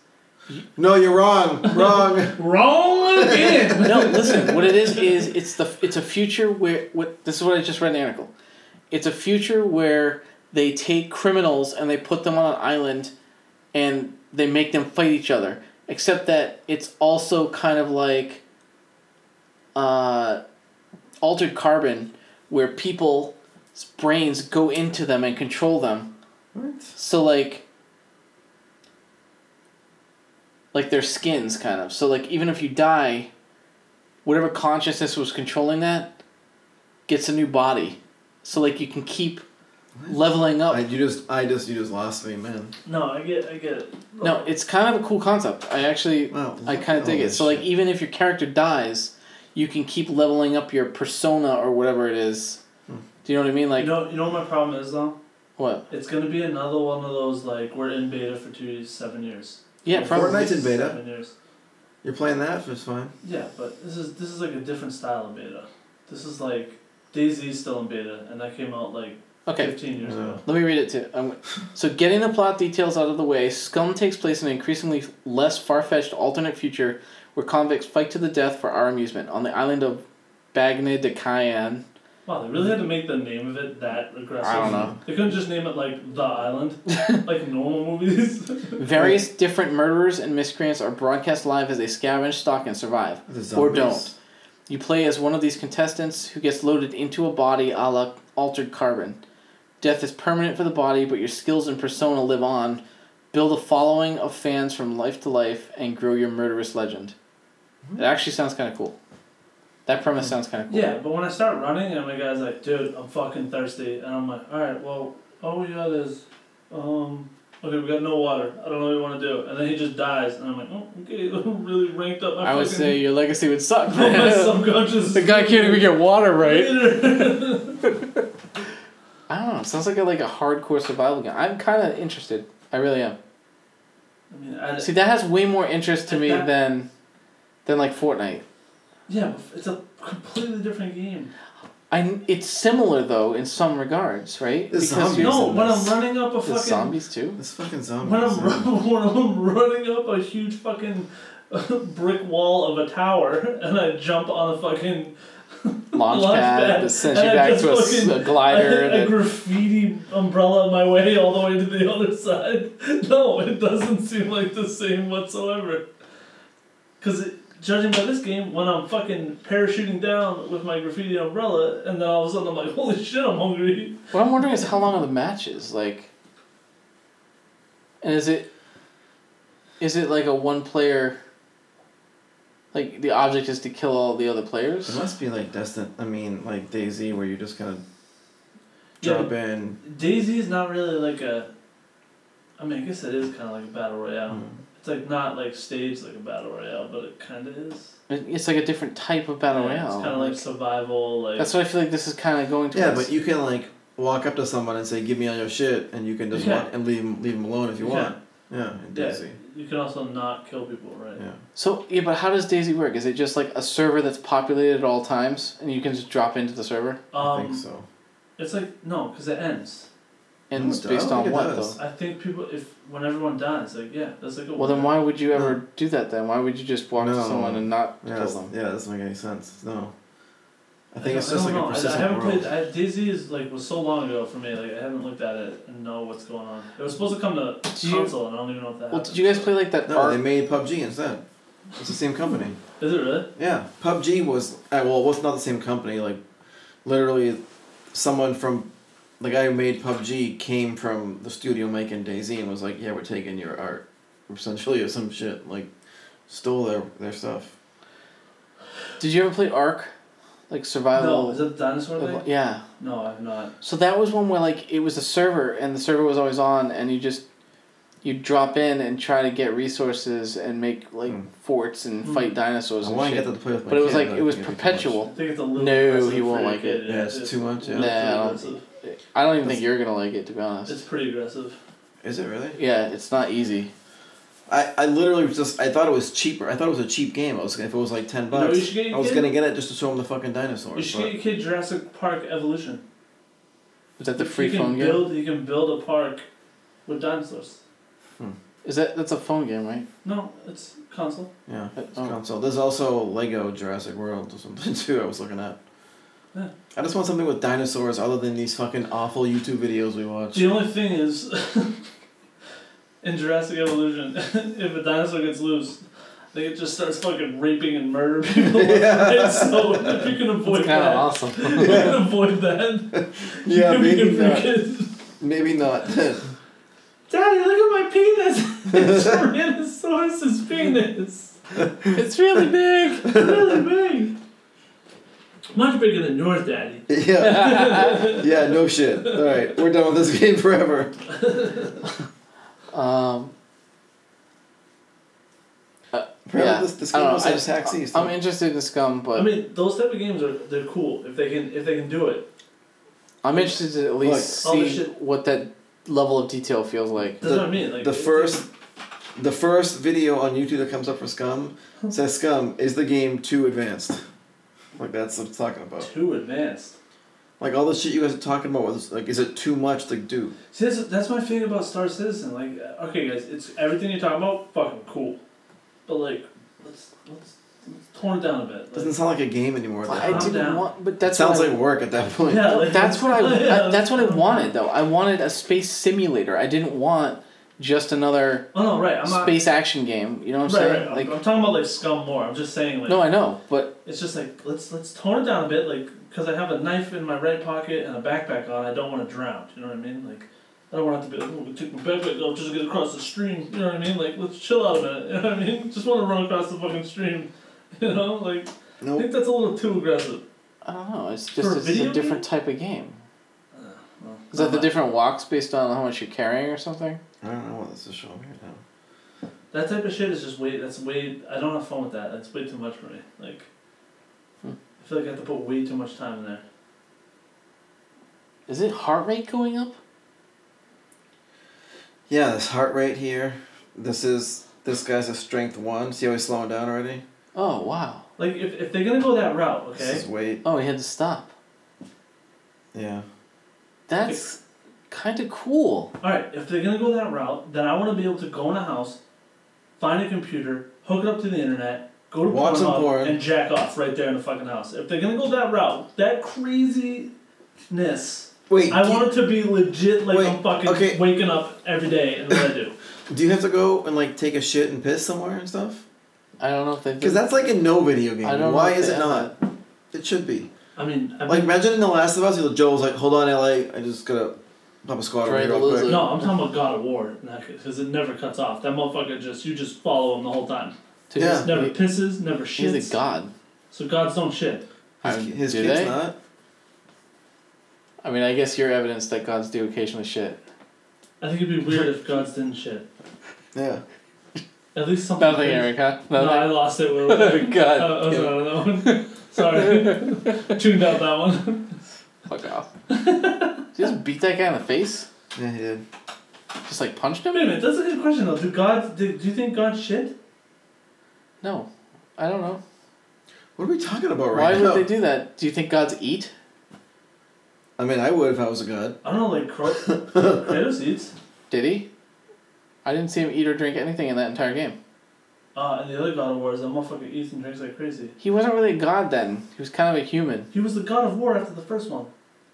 No, you're wrong. wrong. Wrong again. no. Listen, what it is is it's the it's a future where what this is what I just read in the article. It's a future where they take criminals and they put them on an island, and they make them fight each other. Except that it's also kind of like. Uh, altered carbon, where people's brains go into them and control them. What? So like like their skins kind of. So like even if you die, whatever consciousness was controlling that gets a new body. So like you can keep leveling I, up. you just, I just, you just lost me, man. No, I get I get it. No, it's kind of a cool concept. I actually Wow. I kind of dig it. So like even if your character dies, you can keep leveling up your persona or whatever it is Do you know what I mean? Like you know, you know what my problem is though. what? It's gonna be another one of those like we're in beta for two seven years. Yeah, Or probably. Fortnite's in beta. Seven years. You're playing that, it's fine. Yeah, but this is this is like a different style of beta. This is like Daisy's still in beta, and that came out like Okay, fifteen years ago. Let me read it too. I'm, so, getting the plot details out of the way, Scum takes place in an increasingly less far fetched alternate future where convicts fight to the death for our amusement on the island of Bagna de Cayenne. Wow, they really had to make the name of it that aggressive. I don't know. They couldn't just name it like the island, like normal movies. Various different murderers and miscreants are broadcast live as they scavenge, stalk, and survive. The zombies. Or don't. You play as one of these contestants who gets loaded into a body a la Altered Carbon. Death is permanent for the body, but your skills and persona live on. Build a following of fans from life to life and grow your murderous legend. It actually sounds kind of cool. That premise sounds kind of cool. yeah, but when I start running, and my guy's like, "Dude, I'm fucking thirsty," and I'm like, "All right, well, all we got is, um, okay, we got no water. I don't know what we want to do." And then he just dies, and I'm like, "Oh, okay, really ranked up." My I would fucking- say your legacy would suck. my the subconscious. guy can't even get water right. right. I don't know. It sounds like a, like a hardcore survival game. I'm kind of interested. I really am. I mean, I, See, that has way more interest to me That- than than like Fortnite. yeah, but it's a completely different game. I it's similar though in some regards, right? There's zombies. you're- Here's No, the when I'm mess. running up a there's fucking, zombies too. It's fucking zombies. when I'm yeah. ru- when I'm running up a huge fucking brick wall of a tower, and I jump on a fucking Launch Launch pad pad. that sends you And I back just to a, s- fucking- a glider. a, a that, graffiti umbrella my way all the way to the other side. No, it doesn't seem like the same whatsoever. Because judging by this game, when I'm fucking parachuting down with my graffiti umbrella, and then all of a sudden I'm like, holy shit, I'm hungry. what I'm wondering is how long are the matches like, and is it is it like a one player? Like the object is to kill all the other It players. must be like Destin. I mean, like Daisy, where you just kind of Yeah. drop in. Daisy's not really like a. I mean, I guess it is kind of like a battle royale. Mm. It's like not like staged like a battle royale, but it kind of is. It- It's like a different type of battle Yeah, It's royale. kind of like survival, like. That's what I feel like. This is kind of going to. Yeah, but you can like walk up to someone and say, "Give me all your shit," and you can just Yeah. walk and leave him, leave him alone if you Yeah. want. Yeah, in Yeah, Daisy. you can also not kill people, right? Yeah. So yeah, but how does Daisy work? Is it just like a server that's populated at all times, and you can just drop into the server? I Um, think so. It's like no, because it ends. And No, it's I don't based think on it what does. though? I think people, if when everyone dies, like yeah, that's like a. Well, then why would you ever do that? Then why would you just walk to No. someone and not Yeah, kill that's, them? yeah, that doesn't make any sense. No. I think don't- it's just like a don't know. I, I persistent haven't world. played. I, Daisy is like was so long ago for me. Like I haven't looked at it and know what's going on. It was supposed to come to Do you- console, and I don't even know if that. Well, happened. did you guys play like that? No, art? they made PUBG instead. It's the same company. Is it really? Yeah, PUBG was uh, well, it was not the same company. Like, literally, someone from the guy who made PUBG came from the studio making Daisy and was like, "Yeah, we're taking your art, essentially, or some shit." Like, stole their their stuff. Did you ever play Ark? Like survival. No, is it the dinosaur thing? yeah. No, I've not. So that was one where like it was a server, and the server was always on, and you just you drop in and try to get resources and make like Hmm. forts and Hmm. fight dinosaurs I and want to shit. get that to play with my But it was kid, like- I it think was it'd be too perpetual. I think it's a little. No, aggressive he won't for a like kid. much. Yeah, it's too much. Yeah. Nah, I don't aggressive. I don't even That's- think you're gonna like it to be honest. It's pretty aggressive. Is it really? Yeah, it's not easy. I, I literally was just I thought it was cheaper. I thought it was a cheap game. I was if it was like ten bucks, you should get your I was kid- gonna get it just to show him the fucking dinosaurs. You should but- get your kid Jurassic Park Evolution. Is that the You free can phone game? build, You can build a park with dinosaurs. Is that that's a phone game, right? No, it's console. Yeah, Uh, it's oh. console. There's also Lego Jurassic World or something too. I was looking at. Yeah. I just want something with dinosaurs other than these fucking awful YouTube videos we watch. The only thing is, in Jurassic Evolution, if a dinosaur gets loose, I think it just starts fucking raping and murdering people. Yeah. And so if you can avoid It's kind that, of awesome. if you can avoid that, Yeah, you maybe can not. freaking- Maybe not. Daddy, look at my penis. it's Tyrannosaurus's penis. it's really big. It's really big. Much bigger than yours, Daddy. yeah. Yeah. No shit. All right, we're done with this game forever. Um, Apparently, Yeah. this, this I game don't know, was I like just- taxis. I'm interested in Scum, but I mean, those type of games are they're cool if they can if they can do it. I'm interested to at least Look, all this see shit- what that level of detail feels like. That's The- what I mean. Like The first, the first video on YouTube that comes up for Scum says Scum is the game too advanced. Like that's what it's talking about. too advanced. Like all the shit you guys are talking about was like, is it too much to do? See, that's, that's my thing about Star Citizen. Like, uh, okay, guys, it's everything you're talking about, fucking cool, but like, let's let's, let's tone it down a bit. It Like, doesn't sound like a game anymore. Though. I Calm didn't down. want, but That that's sounds what I- like work at that point. yeah, like, that's what I, yeah. I- That's what I wanted though. I wanted a space simulator. I didn't want just another Oh no, right. I'm not. space action game. You know right, what I'm right. saying? I'm- like I'm, talking about like scum more. I'm just saying like no, I know, but it's just like let's let's tone it down a bit, like because I have a knife in my right pocket and a backpack on. I don't want to drown. You know what I mean? Like I don't want to have to be. like, Oh, I'm gonna take my backpack off just to get across the stream. You know what I mean? Like let's chill out a minute. You know what I mean? Just want to run across the fucking stream. You know, like I Nope. think that's a little too aggressive. I don't know. It's For just a it's video a game? different type of game. Well, Is that the uh, different walks based on how much you're carrying or something? I don't know what this is showing right now. That type of shit is just way. That's way. I don't have fun with that. That's way too much for me. Like, Hmm. I feel like I have to put way too much time in there. Is it heart rate going up? Yeah, this heart rate here. This is this guy's a strength one. See how he's slowing down already. Oh wow! Like, if, if they're gonna go that route, okay. This is weight. Oh, he had to stop. Yeah. That's kind of cool. All right, if they're gonna go that route, then I want to be able to go in a house, find a computer, hook it up to the internet, go to Watch some Pornhub, porn. and jack off right there in the fucking house. If they're gonna go that route, that craziness, Wait. I do, want it to be legit. Like I'm Wait, fucking okay. waking up every day and what I do. do you have to go and like take a shit and piss somewhere and stuff? I don't know if they. Because that's like in no video game. I don't know Why if is they it have not? It should be. I mean, I mean Like imagine in The Last of Us, you know, Joel's like, "Hold on, LA, I just gotta pop a squad over Try here to real lose quick." it. no, I'm talking about God of War, because it never cuts off. That motherfucker just you just follow him the whole time. Dude, Yeah. he's- Never pisses, never shits. He's a god. So gods don't shit. I His, mean, his do kid's they? not. I mean, I guess your evidence that gods do occasionally shit. I think it'd be weird if gods didn't shit. Yeah. At least something. Nothing, Eric, huh? No, I Nothing. lost it. Will. I god. I was out of that one. Oh, Sorry, tuned out that one. Fuck off. Did you just beat that guy in the face? Yeah, he did. Just like punched Wait a him? minute, that's a good question though. Do gods? Do, do you think gods shit? No. I don't know. What are we talking about Why right now? would they do that? Do you think gods eat? I mean, I would if I was a god. I don't know, like cro- Kratos eats. Did he? I didn't see him eat or drink anything in that entire game. Uh, and the other God of War is that motherfucker eats and drinks like crazy. He wasn't really a god then. He was kind of a human. He was the God of War after the first one.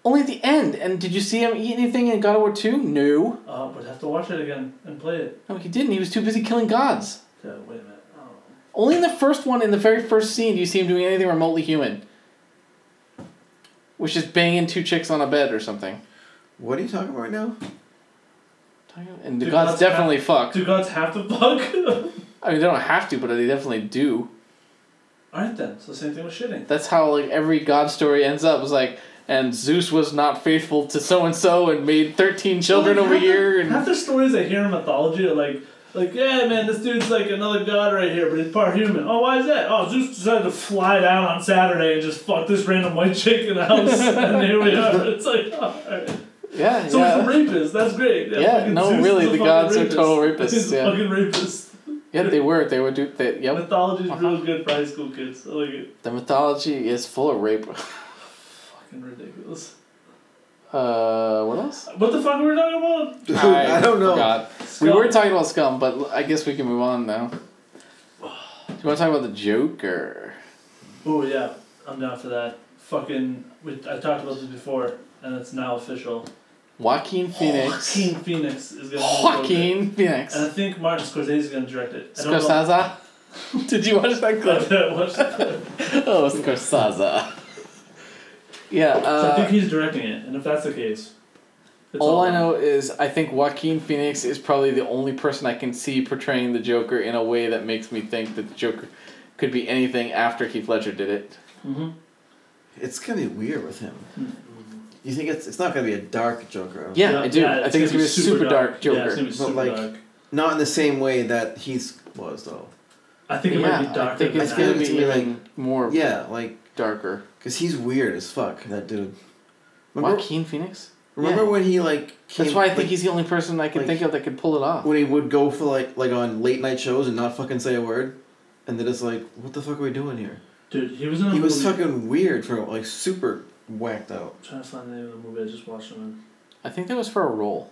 Only at the end. And did you see him eat anything in God of War 2? No. Uh, would have to watch it again and play it. No, he didn't. He was too busy killing gods. Yeah, wait a minute. Oh. Only in the first one, in the very first scene, do you see him doing anything remotely human. Which is banging two chicks on a bed or something. What are you talking about right now? And the Dude, gods that's definitely fuck. Do gods have to fuck? I mean, they don't have to, but they definitely do. Alright then, so same thing with shitting. That's how like every god story ends up. It's like, and Zeus was not faithful to so and so and made thirteen children Well, over like, half the- here. And Half the stories I hear in mythology are like, like, yeah, man, this dude's like another god right here, but he's part human. Oh, why is that? Oh, Zeus decided to fly down on Saturday and just fuck this random white chick in the house, and here we are. It's like, oh, alright. yeah, So yeah, he's a rapist. That's great. Yeah, fucking no, Zeus really, is a the fucking gods are total rapists, He's a yeah. fucking rapist. yeah. They were. They were do that. Yep. Uh-huh. Mythology's real good for high school kids. I like it. The mythology is full of rape. Fucking ridiculous. Uh, what else? What the fuck are we talking about? I, don't know. forgot. We were talking about scum, but l- I guess we can move on now. Do you want to talk about the Joker? Oh yeah, I'm down for that. Fucking, we, I talked about this before, and it's now official. Joaquin Phoenix. Joaquin Phoenix is gonna. be Joker. Joaquin Phoenix. And I think Martin Scorsese is gonna direct it. I don't know- Scorsese. Did you watch that clip? I watched the clip. Oh, Scorsese. yeah. So I think Uh, he's directing it, and if that's the case, it's all I know is I think Joaquin Phoenix is probably the only person I can see portraying the Joker in a way that makes me think that the Joker could be anything after Heath Ledger did it. Mm-hmm. It's gonna be weird with him. You think it's it's not gonna be a dark Joker. I don't Yeah, I do. I think it's gonna be a super dark, Joker. Yeah, it's gonna be super But, like, dark. Not in the same way that Heath was though. I think it yeah, might be I darker think than it's I that. gonna think be it's gonna be even more Yeah, like darker. because he's weird as fuck. That dude. Remember, Joaquin Phoenix? remember yeah. when he like? That's came- why I like, think he's the only person I can like- think of that could pull it off. when he would go for like like on late night shows and not fucking say a word, and they're just like, what the fuck are we doing here? Dude, he was in a He movie. was fucking weird for like super whacked out. I'm trying to find the name of the movie I just watched him in. I think that was for a role.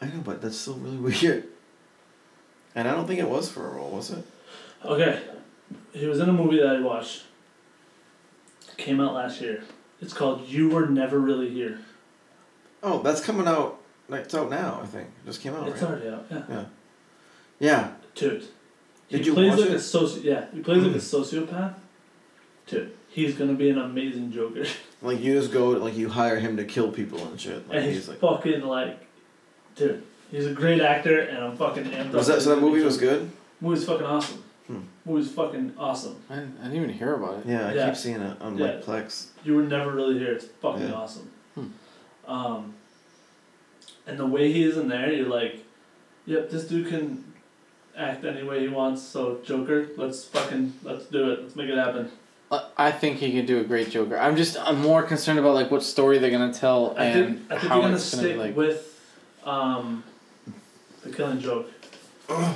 I know, but that's still really weird. And I don't think it was for a role, was it? Okay. He was in a movie that I watched. Came out last year. It's called You Were Never Really Here. Oh, that's coming out. Like, it's out now, I think. It just came out. it's right? already out, yeah. Yeah. Dude. He Did you plays watch like it? Hmm. a soci- yeah, he plays like a sociopath. Dude, he's gonna be an amazing Joker. Like you just go like you hire him to kill people and shit. Like and he's, he's like. fucking like dude, he's a great actor and I'm fucking amped Was up. that so? That movie was good. Movie's fucking awesome. Hmm. Movie's fucking awesome. I, I didn't even hear about it. Yeah, I Yeah. keep seeing it on Yeah. like Plex. You were never really here. It's fucking Yeah. awesome. Hmm. Um, and the way he is in there, you're like, yep, this dude can act any way he wants. So Joker, let's fucking let's do it. Let's make it happen. I- Uh, I think he can do a great Joker. I'm just I'm more concerned about like what story they're gonna tell I and think I think how you're gonna it's gonna be stick like. with um, the Killing Joke.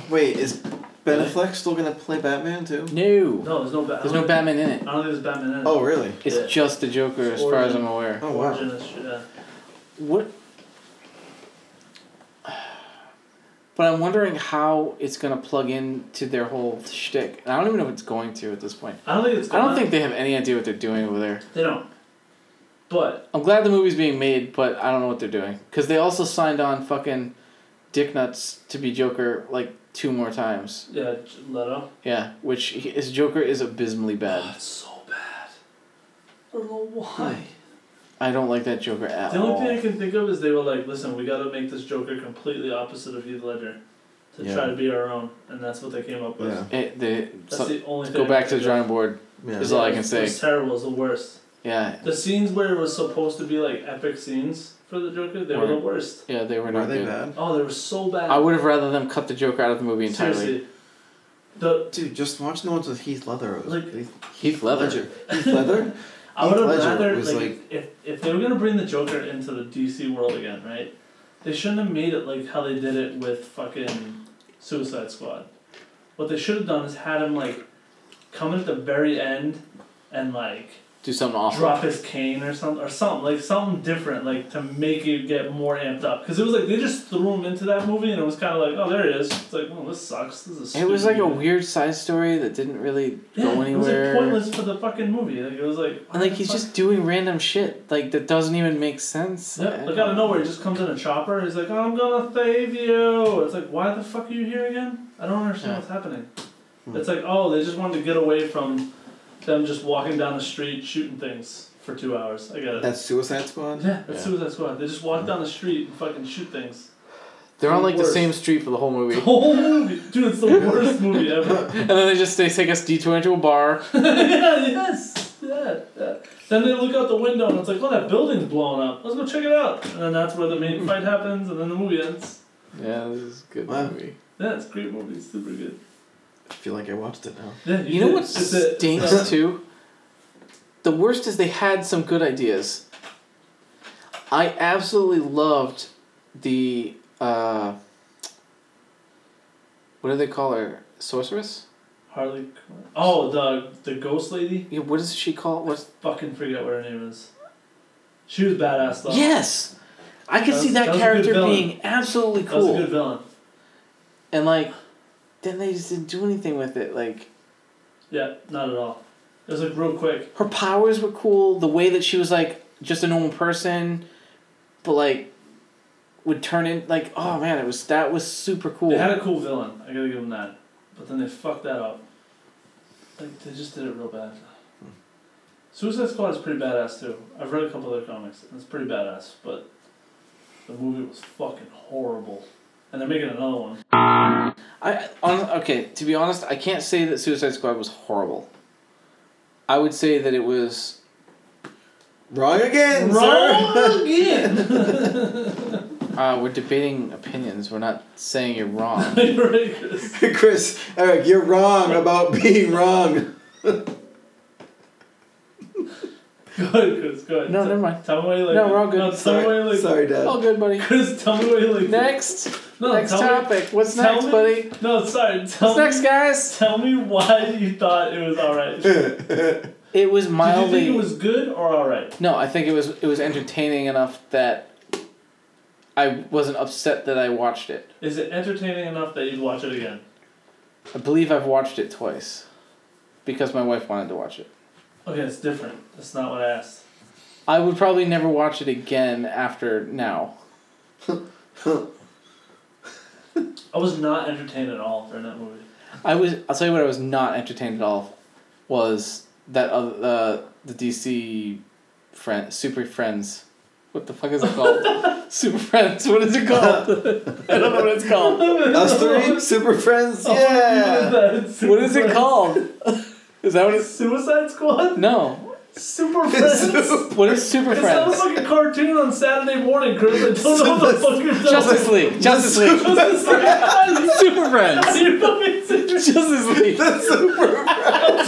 Wait, is Ben Affleck still gonna play Batman too? No, No, there's no Batman. there's no Batman in I it. don't think there's Batman in it. Oh really? It's Yeah. just the Joker, as far as I'm aware. Oh wow. Origin is- yeah. What? But I'm wondering how it's gonna plug into their whole shtick. And I don't even know if it's going to at this point. I don't think it's. I don't gonna- think they have any idea what they're doing over there. they don't. But I'm glad the movie's being made, but I don't know what they're doing. Because they also signed on fucking Dick Nuts to be Joker like two more times. yeah, J- Leto. Yeah, which he- his Joker is abysmally Oh, bad. it's so bad. I don't know why. I don't like that Joker at The only all. thing I can think of is they were like, listen, we gotta make this Joker completely opposite of Heath Ledger to Yeah. try to be our own, and that's what they came up with. Yeah. It- the- That's so- the only thing. go I back can to the think of. drawing board. Yeah. Is all I can It was say. terrible, it's the worst. Yeah, The scenes where it was supposed to be like epic scenes for the Joker, they were the Right. worst. yeah, they were Were not they good. bad? Oh, they were so bad. I would have rather them cut the Joker out of the movie entirely. Seriously. The Dude, just watch the ones with Heath Leather. Like- Heath, Heath Leather. Heath Leather. I would have Heath Ledger rather was, like, like- if if they were gonna bring the Joker into the DC world again, right? They shouldn't have made it like how they did it with fucking Suicide Squad. What they should have done is had him like come in at the very end and like Do something awful. drop his cane or something or something like something different like to make you get more amped up because it was like they just threw him into that movie and it was kind of like oh there it is it's like well this sucks this is It was like a stupid." weird side story that didn't really yeah, go it was like anywhere. pointless for the fucking movie like it was like and like he's fuck? just doing random shit like that doesn't even make sense. Yep, like out of nowhere, he just comes in a chopper. He's like, "I'm gonna save you." It's like, why the fuck are you here again? I don't understand Yeah. what's happening. Hmm. It's like, oh, they just wanted to get away from them just walking down the street shooting things for two hours. I get it. That's Suicide Squad. yeah, that's Yeah. Suicide Squad. They just walk down the street and fucking shoot things. They're on like the Worse. same street for the whole The movie, whole movie, dude, it's the worst movie ever. and then they just they take us detour into a bar. yeah, yes, yeah, yeah. Then they look out the window and it's like, oh, that building's blown up. Let's go check it out. And then that's where the main fight happens, and then the movie ends. Yeah, this is a good Wow. movie. Yeah, it's a great movie. It's super good. I feel like I watched it now. Yeah, You know did. what It's a- it's stinks a- too? The worst is they had some good ideas. I absolutely loved the uh, what do they call her? Sorceress? Harley. Quinn. Oh, the the ghost lady. Yeah, what is she called? What's Fucking forget what her name is. She was badass though. Yes! I could That see was- that that was a good character villain. being absolutely that was cool. a good villain. and like then they just didn't do anything with it. Like Yeah, not at all. It was like real quick. her powers were cool, the way that she was like just a normal person, but like would turn in like oh man, it was that was super cool. They had a cool villain. I gotta give them that. But then they fucked that up. Like they just did it real bad. Suicide Squad is pretty badass too. I've read a couple of their comics and it's pretty badass. But the movie was fucking horrible. And they're making another one. I on okay, to be honest, I can't say that Suicide Squad was horrible. I would say that it was Wrong again, sir. Wrong again. uh, we're debating opinions. We're not saying you're wrong. Outrageous. Chris, Eric, you're wrong about being wrong. Go ahead, Chris. Go ahead. No, T- never mind. Tell me why you like No, it. we're all good. No, tell me why you Sorry, like sorry, Dad. Oh, All good, buddy. it. Chris, tell me why you like it. Next, No, next tell me- topic. What's tell next, me- buddy? No, sorry. Tell What's me, next, guys? Tell me why you thought it was alright. Did It was you mildly. think it was good or alright? No, I think it was it was entertaining enough that I wasn't upset that I watched it. Is it entertaining enough that you'd watch it again? I believe I've watched it twice because my wife wanted to watch it. Okay, it's different. That's not what I asked. I would probably never watch it again after now. I was not entertained at all during that movie. I was I'll tell you what I was not entertained at all was that other uh, the DC friend Super Friends. What the fuck is it called? Super Friends. What is it called? I don't know what it's called. Us three, super friends. Oh, Yeah. What is that? What is it called? Is that what it's Suicide Squad? No. Super Friends? What is Super It sounds Friends? like a cartoon on Saturday morning, Chris. I don't know what the fuck you're talking Justice League. Justice League. League. Super Friends. You're fucking serious. Justice League. I'm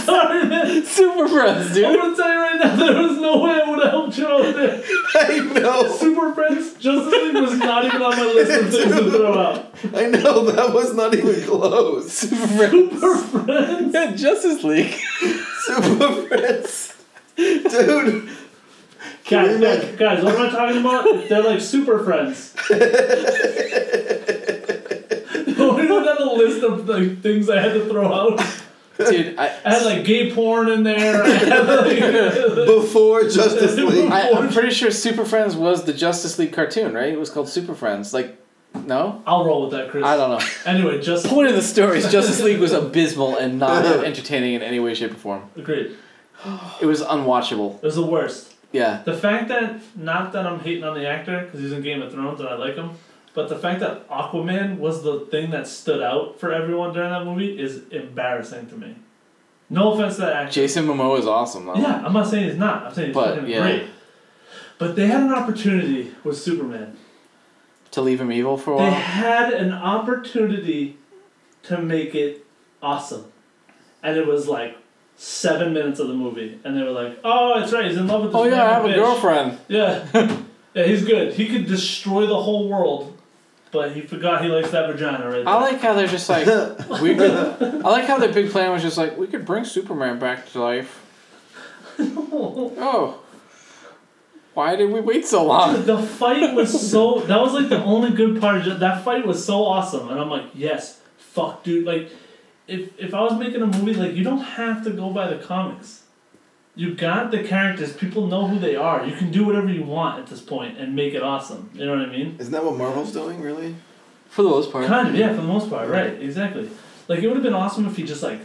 sorry, man. Super Friends, I'm dude. gonna tell you right now, there was no way I would have helped you out there. I know. Super Friends, Justice League was not even on my list of things to throw out. I know. That was not even close. Super Friends. Super Friends. Yeah, Justice League. Super friends. Dude. Guys, Can we look, guys, what am I talking about? They're like super friends. What is that a list of like things I had to throw out? Dude, I I, had like gay porn in there. I had, like, Before Justice League. I, I'm pretty sure Super Friends was the Justice League cartoon, right? It was called Super Friends. Like, no? I'll roll with that, Chris. I don't know. Anyway, just Point of the story is Justice League was abysmal and not entertaining in any way, shape, or form. agreed. It was unwatchable. It was the worst. Yeah. The fact that not that I'm hating on the actor because he's in Game of Thrones and I like him, but the fact that Aquaman was the thing that stood out for everyone during that movie is embarrassing to me. No offense to that actor. Jason Momoa is awesome, though. Yeah, I'm not saying he's not. I'm saying he's But, fucking yeah. great. But they had an opportunity with Superman. To leave him evil for a They while. had an opportunity to make it awesome. And it was like seven minutes of the movie. And they were like, oh, that's right, he's in love with this Oh, yeah, I have random a bitch." girlfriend. Yeah. yeah, he's good. He could destroy the whole world. But he forgot he likes that vagina right there. I like how they're just like we could. I like how their big plan was just like we could bring Superman back to life. Oh, why did we wait so long? The fight was so. That was like the only good part. Of it. That fight was so awesome, and I'm like, yes, fuck, dude. Like, if if I was making a movie, like you don't have to go by the comics. You got the characters. People know who they are. You can do whatever you want at this point and make it awesome. You know what I mean? Isn't that what Marvel's doing, really? For the most part, Kind of, yeah, for the most part, right? Exactly. Like it would have been awesome if he just like.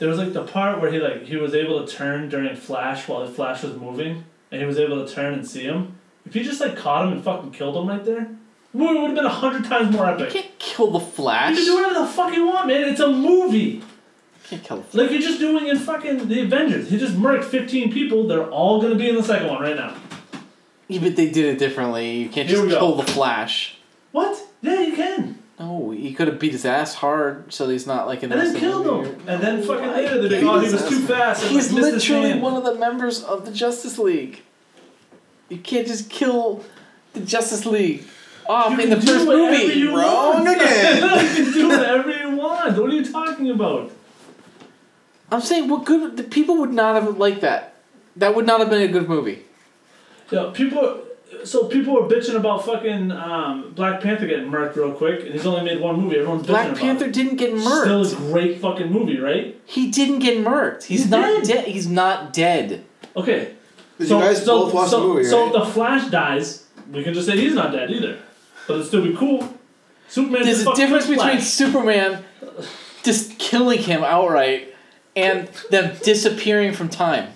There was like the part where he like he was able to turn during Flash while Flash was moving, and he was able to turn and see him. If he just like caught him and fucking killed him right there, movie would have been a hundred times more you epic. can't kill the You Flash. can do whatever the fuck you want, man. It's a movie. can't kill the Flash. Like you're just doing in fucking the Avengers. He just murked fifteen people. They're all gonna be in the second one right now. Yeah, but they did it differently. You can't Here just we go. kill the Flash. What? Yeah, you can. No, he could have beat his ass hard so that he's not like in the And rest then of the killed movie. him. And then fucking later they're like, Beat oh, he his was ass. too fast. and, like, He's missed his literally hand. one of the members of the Justice League. You can't just kill the Justice League off You in can the do first whatever movie. you Wrong want. again. you can do whatever you want. What are you talking about? I'm saying what good the people would not have liked that. That would not have been a good movie. Yeah, people. So people were bitching about fucking um, Black Panther getting murked real quick, and he's only made one movie. Everyone's bitching Black about Panther didn't get it. Still murked. a great fucking movie, right? he didn't get murked. He's He not did. dead. He's not dead. Okay. Did so, you guys so, both watch so, the movie, So right? if the Flash dies, we can just say he's not dead either, but it'd still be cool. Superman. There's just a fucking difference Flash. between Superman just killing him outright and them disappearing from time.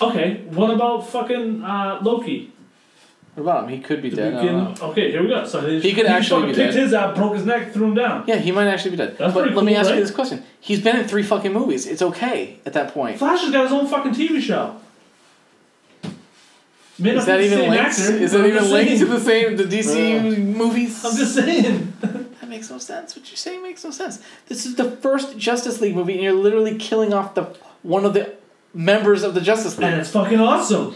Okay, what about fucking uh, Loki? What about him? He could be Did dead. we I get don't him? know. Okay, here we go. So they- He could actually fucking be picked dead. his out, broke his neck, threw him down. Yeah, he might actually be dead. That's but pretty let me cool, ask you right? this question. He's been in three fucking movies. It's okay at that point. Flash has got his own fucking TV show. Made Is that up with the even same linked? actor, Is that but I'm even just linked to saying- the same the DC movies? I'm just saying. That makes no sense. What you're saying makes no sense. This is the first Justice League movie, and you're literally killing off the one of the members of the Justice and League. it's fucking awesome.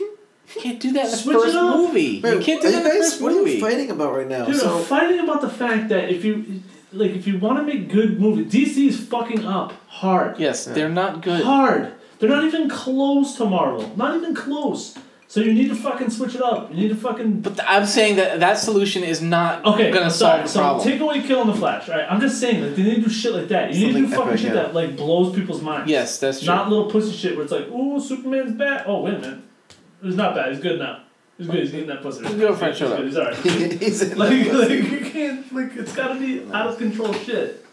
You can't do that in the Switch it first up. movie. you can't do that in the first what are movie. you fighting about right now? Dude, I'm so, fighting about the fact that if you like, if you want to make good movies, DC's fucking up hard. yes, they're not good. Hard. They're not even close to Marvel. Not even close. So you need to fucking switch it up. You need to fucking. But th- I'm saying that that solution is not Okay, gonna sorry. solve the so problem. take away Kill and the Flash, right? I'm just saying, like, they need to do shit like that. You need to do Something fucking epic, shit yeah. that, like, blows people's minds. yes, that's true. Not little pussy shit where it's like, ooh, Superman's bad. Oh, wait a minute. He's not bad. He's good now. He's good. He's eating that pussy. He's girlfriend good, showed up. He's alright. he's in Like, the- like you can't. Like, it's gotta be out of control shit.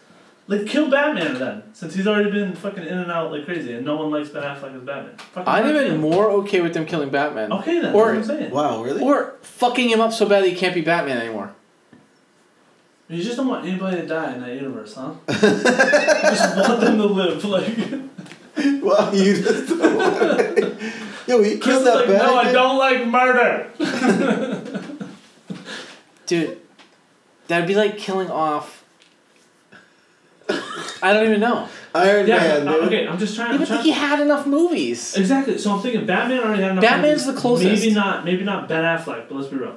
Like, kill Batman then, since he's already been fucking in and out like crazy, and no one likes Ben Affleck as Batman. Fucking I'm Batman. even more okay with them killing Batman. Okay then. Or- that's what I'm saying. wow, really? Or fucking him up so bad he can't be Batman anymore. You just don't want anybody to die in that universe, huh? you just want them to live. Like, wow, you just. Yo, he Chris killed is that like, bad no, I guy. don't like murder. Dude, that'd be like killing off. I don't even know. Iron Yeah, Man, uh, dude. okay, I'm just trying. I I'm don't trying think he had enough movies. Exactly. So I'm thinking Batman already had enough. Batman's movies. the closest. Maybe not. Maybe not Ben Affleck, but let's be real.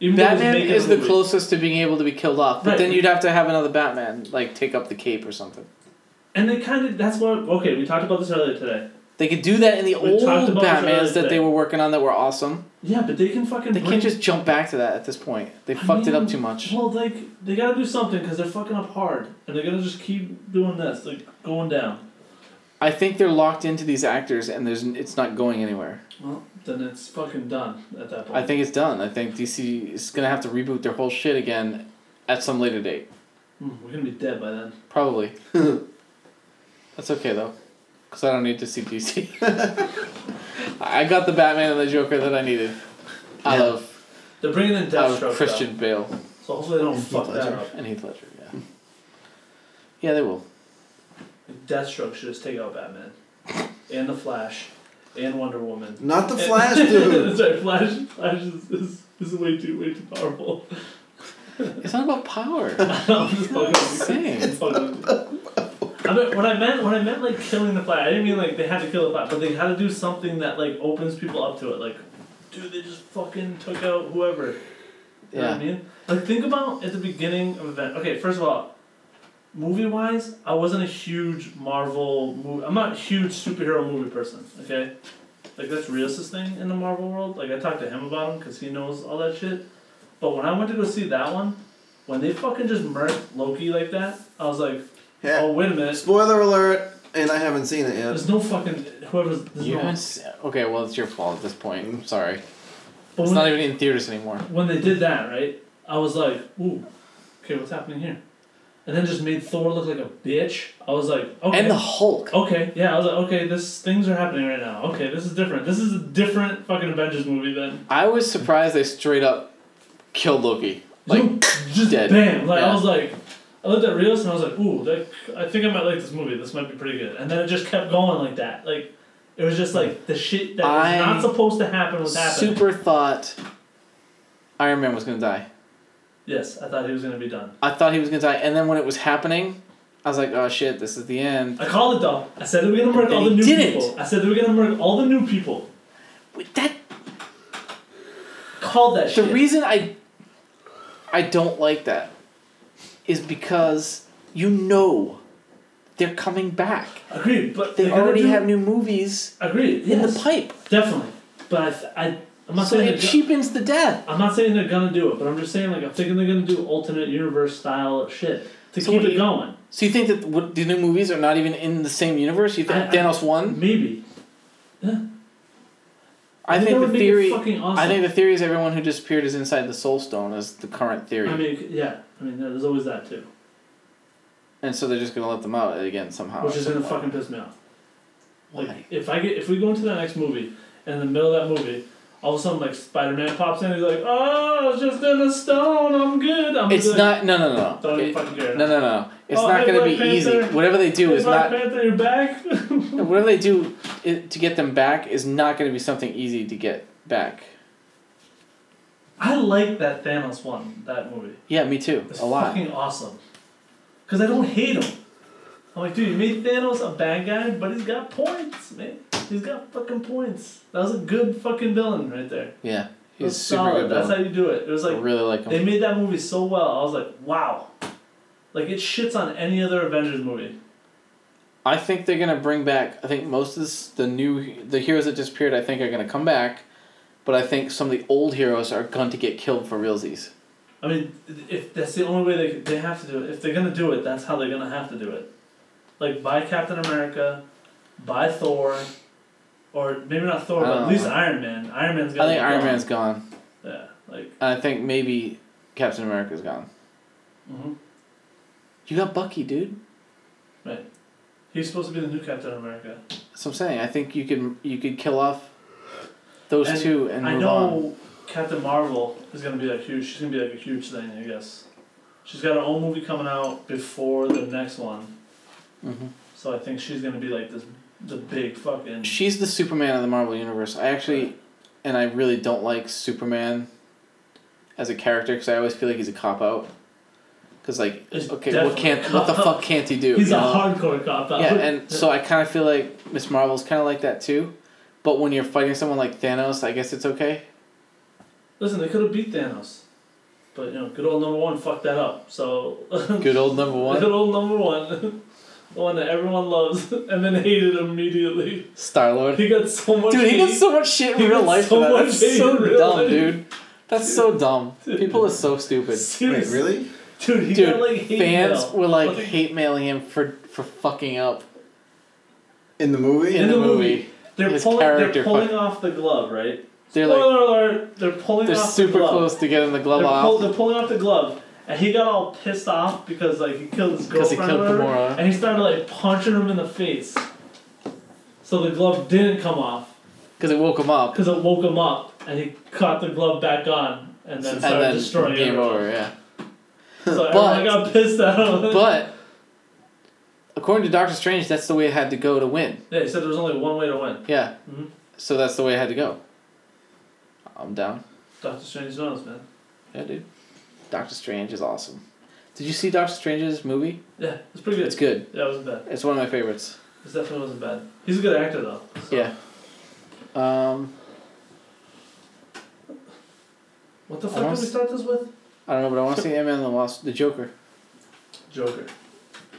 Even though he's Batman making is a the movie. closest to being able to be killed off, but Right. then you'd have to have another Batman like take up the cape or something. And they kind of. That's what. Okay, we talked about this earlier today. They could do that in the We old talked about this Batmans earlier that today. they were working on that were awesome. Yeah, but they can fucking. They bring, can't just jump back to that at this point. They I fucked it up mean, too much. Well, like they gotta do something because they're fucking up hard, and they're gonna just keep doing this, like going down. I think they're locked into these actors, and there's it's not going anywhere. Well, then it's fucking done at that point. I think it's done. I think DC is gonna have to reboot their whole shit again at some later date, Hmm, we're gonna be dead by then. probably. That's okay though, because I don't need to see DC. I got the Batman and the Joker that I needed. I Yeah. love They're bringing in out Deathstroke. of Christian Bale though, So hopefully they don't fuck that Ledger. up. and Heath Ledger. Yeah, yeah, they will. Deathstroke should just take out Batman, and the Flash, and Wonder Woman. Not the Flash, dude. Sorry, Flash. Flash is, is, is way too way too powerful. It's not about power. I'm just fucking with you. Same. I'm fucking with you. I mean, what I meant, what I meant, like killing the Flash. I didn't mean like they had to kill the Flash, but they had to do something that like opens people up to it. Like, dude, they just fucking took out whoever. You know what I Yeah, mean? Like, think about at the beginning of event. Okay, first of all, movie wise, I wasn't a huge Marvel movie. I'm not a huge superhero movie person, okay? Like, that's Rios' thing in the Marvel world. Like, I talked to him about him because he knows all that shit. But when I went to go see that one, when they fucking just murked Loki like that, I was like, Yeah. oh, wait a minute. Spoiler alert, and I haven't seen it yet. There's no fucking. Whoever's. There's you no. haven't. s- Okay, well, it's your fault at this point. I'm sorry. But It's when- not even in theaters anymore. when they did that, right? I was like, ooh, okay, what's happening here? And then just made Thor look like a bitch. I was like, okay. And the Hulk. Okay, yeah, I was like, okay, this things are happening right now. Okay, this is different. This is a different fucking Avengers movie then. I was surprised they straight up killed Loki. Like, just dead. bam. Like I Yeah. was like I looked at Rios and I was like, ooh, that, I think I might like this movie. This might be pretty good. And then it just kept going like that. Like it was just like the shit that I- was not supposed to happen was happening. super thought Iron Man was gonna die. yes, I thought he was gonna be done. I thought he was gonna die, and then when it was happening, I was like, oh shit, this is the end. I called it though. I said that we're gonna murder And all the he new didn't. people. I said that we're gonna murder all the new people. Wait, That Called that the shit. reason I I don't like that is because you know they're coming back. agreed, but They they're gonna already do- have new movies agreed in yes, the pipe, definitely. But I, th- I I'm not so saying it they're go- cheapens the death. I'm not saying they're gonna do it, but I'm just saying like I'm thinking they're gonna do alternate universe style shit to So keep what it do you- going. So you think that what, the new movies are not even in the same universe? You think I- I- Thanos won? Maybe. Yeah. I that think the would make it theory. fucking awesome. I think the theory is everyone who disappeared is inside the Soul Stone is the current theory, I mean, yeah. I mean, there's always that too, and so they're just gonna let them out again somehow. which is gonna Somehow. fucking piss me off. Like, Why? if I get if we go into the next movie, and in the middle of that movie, all of a sudden like Spider Man pops in, he's like, "Oh, I was just in a stone. I'm good. I'm It's good." not. No, no, no. Don't even It- fucking care. no, no, no. It's Oh, not hey, gonna Black be easy. Panther. Whatever they do Hey, is Black not. Panther, you're back. Whatever they do it, to get them back is not gonna be something easy to get back. I like that Thanos one. That movie. Yeah, me too. It's A lot. fucking awesome. Cause I don't hate him. I'm like, dude, you made Thanos a bad guy, but he's got points, man. He's got fucking points. That was a good fucking villain right there. Yeah, It he's was super solid. good. That's villain. how you do it. It was like I really like him. they made that movie so well. I was like, wow. Like it shits on any other Avengers movie. I think they're gonna bring back. I think most of this, the new the heroes that disappeared. I think are gonna come back, but I think some of the old heroes are going to get killed for realsies. I mean, if that's the only way they they have to do it, if they're gonna do it, that's how they're gonna have to do it. Like buy Captain America, buy Thor, or maybe not Thor, I but don't at least know. Iron Man. Iron Man's I gonna. think be Iron gone. Man's gone, Yeah, like. and I think maybe Captain America's gone. Mm-hmm. hmm You got Bucky, dude. He's supposed to be the new Captain America. That's what I'm saying. I think you could you could kill off those And two and I move on. know Captain Marvel is gonna be like huge. She's gonna be like a huge thing, I guess. She's got her own movie coming out before the next one, Mhm. so I think she's gonna be like this, the big fucking. She's the Superman of the Marvel universe. I actually, and I really don't like Superman as a character because I always feel like he's a cop out. Because like, He's okay, what definitely can't a what the cop-out. fuck can't he do? He's you a know? hardcore cop out. Yeah, and so I kind of feel like Miss Marvel's kind of like that too. But when you're fighting someone like Thanos, I guess it's okay. listen, they could have beat Thanos, but you know, good old number one fucked that up. So Good old number one, good old number one, the one that everyone loves and then hated immediately. Star Lord. He got so much. Dude, he hate. gets so much shit He in real got life. so for that. much That's hate in so real dumb, life. dude. That's so dumb. Dude. People are so stupid. Wait, Seriously. really? Dude, he Dude, got like hate Fans mail. were like Like- hate mailing him for for fucking up In the movie? in, the, the movie. movie. They're His pulling. character They're pulling off the glove, right? They're Spoiler like alert! They're pulling they're off super the glove. close to getting the glove They're, pull, off. they're pulling off the glove, and he got all pissed off because like he killed his 'Cause he girlfriend. or killed whatever, Gamora. And he started like punching him in the face. So the glove didn't come off because it woke him up, because it woke him up, and he caught the glove back on, and then and started then destroying game everyone. over. Yeah, So But- everyone got pissed at him. but according to Doctor Strange, that's the way it had to go to win. yeah, he said there was only one way to win. Yeah, Mhm. so that's the way it had to go. I'm down. Doctor Strange knows, man. Yeah, dude. Doctor Strange is awesome. Did you see Doctor Strange's movie? Yeah, it's pretty good. It's good. Yeah, it wasn't bad. It's one of my favorites. It definitely wasn't bad. He's a good actor though. so- Yeah. Um, What the I fuck wanna did we s- start this with? I don't know, but I want to see Ant Man and the Wasp, the Joker. Joker.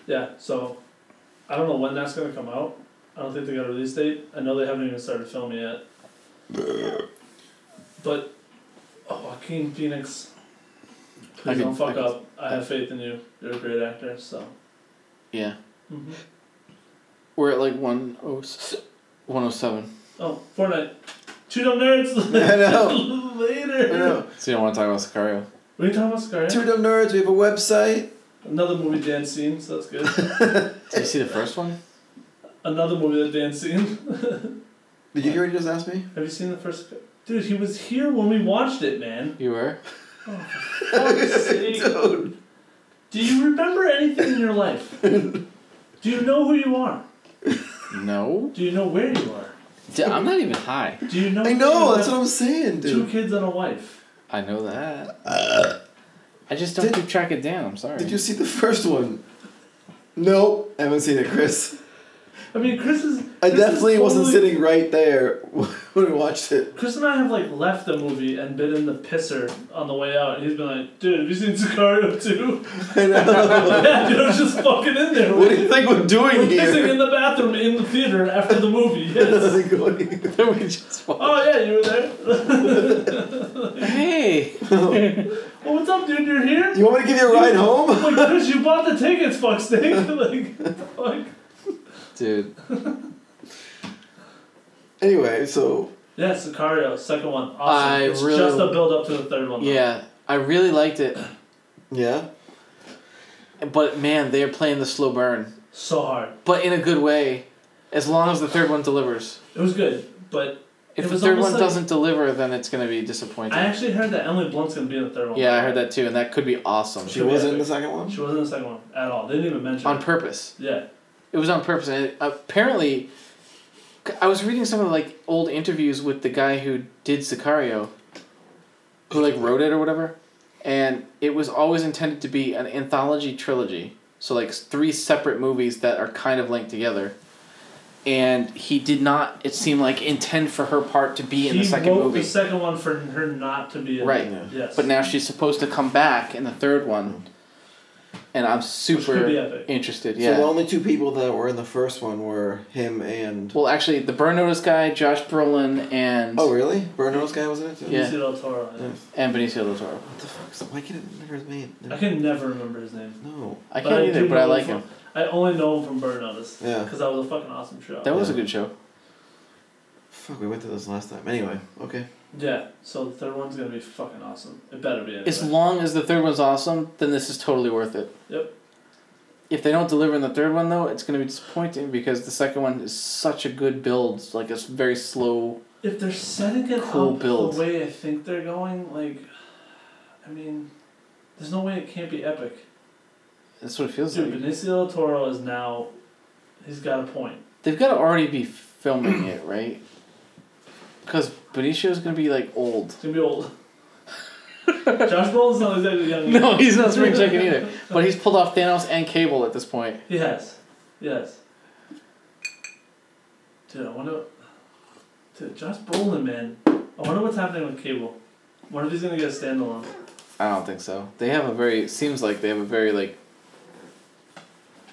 Yeah, so I don't know when that's gonna come out. I don't think they got a release date. I know they haven't even started filming yet. but oh, Joaquin Phoenix, I please can- don't I fuck can- up. I have faith in you. You're a great actor. So Yeah. Mhm. We're at like 107. 107. oh, Fortnite, two dumb nerds. I know. I Later. know. So you don't want to talk about Sicario. We can talk about Scar. Two Dumb Nerds, we have a website. Another movie Dan seen, so that's good. Did you see the first one? Another movie that Dan seen. Did you hear what he just asked me? Have you seen the first? Dude, he was here when we watched it, man. You were? Fuck's sake. Dude. Do you remember anything in your life? Do you know who you are? No. Do you know where you are? D- I'm not even high. Do you know? I know, you that's have what I'm saying, Two dude. kids and a wife. I know that. I just don't Did- keep track of Dan. I'm sorry. Did you see the first one? Nope, I haven't seen it, Chris. I mean, Chris is. I Chris is definitely wasn't totally- sitting right there when we watched it. Chris and I have like left the movie and been in the pisser on the way out, and he's been like, "Dude, have you seen Sicario too?" I know. yeah, dude, I was just fucking in there. what do you think we're We're doing pissing here? in the bathroom in the theater after the movie. Yes. we just wa- oh yeah, you were there. Hey! well, what's up, dude? You're here. you want me to give you a ride home? I'm like, Chris, you bought the tickets, fuck steak. like, what the fuck. Dude. Anyway, so Yeah, Sicario, second one. Awesome. I it's really- just a build up to the third one. though. Yeah, I really liked it. yeah, But man, they're playing the slow burn. So hard. But in a good way, as long as the third one delivers. It was good, but If It the was third one almost like- doesn't deliver, then it's going to be disappointing. I actually heard that Emily Blunt's gonna be in the third one. yeah, I heard that too, and that could be awesome. she wasn't in the second one. She wasn't in the second one at all. They didn't even mention On it. purpose. Yeah. It was on purpose. And it, apparently, c- I was reading some of the, like old interviews with the guy who did Sicario, who like wrote it or whatever, and it was always intended to be an anthology trilogy. So like three separate movies that are kind of linked together. And he did not. It seemed like intend for her part to be in he the second wrote movie. the second one for her not to be in Right. Yeah. It. Yes. But now she's supposed to come back in the third one, and I'm Which could be super epic. interested. Yeah. So the only two people that were in the first one were him and. well, actually, the burn notice guy, Josh Brolin, and Oh really? Bernard's guy was in it too. Yeah. Benicio del Toro, I think. Nice. and Benicio del Toro. What the fuck? So why can't I remember his name? I can never remember his name. No. I But can't I either, do but I know like from- him. I only know him from Burn Notice. Yeah. Because that was a fucking awesome show. That was a Yeah. good show. Fuck, we went through this last time. Anyway, okay. yeah. So the third one's gonna be fucking awesome. It better be. Anyway. As long as the third one's awesome, then this is totally worth it. Yep. If they don't deliver in the third one though, it's gonna be disappointing because the second one is such a good build. It's Like it's very slow. if they're setting it Cool up build. the way I think they're going, like, I mean, there's no way it can't be epic. That's what it feels Dude, like. Benicio del Toro is now, he's got a point. They've got to already be filming it, right? Because Benicio's gonna be like old. It's gonna be old. Josh Brolin's not exactly young. No, he's not spring chicken either. But he's pulled off Thanos and Cable at this point. He has, yes. Dude, I wonder. Dude, Josh Brolin, man. I wonder what's happening with Cable. Wonder if he's gonna get a standalone. I don't think so. They have a very it seems like they have a very like.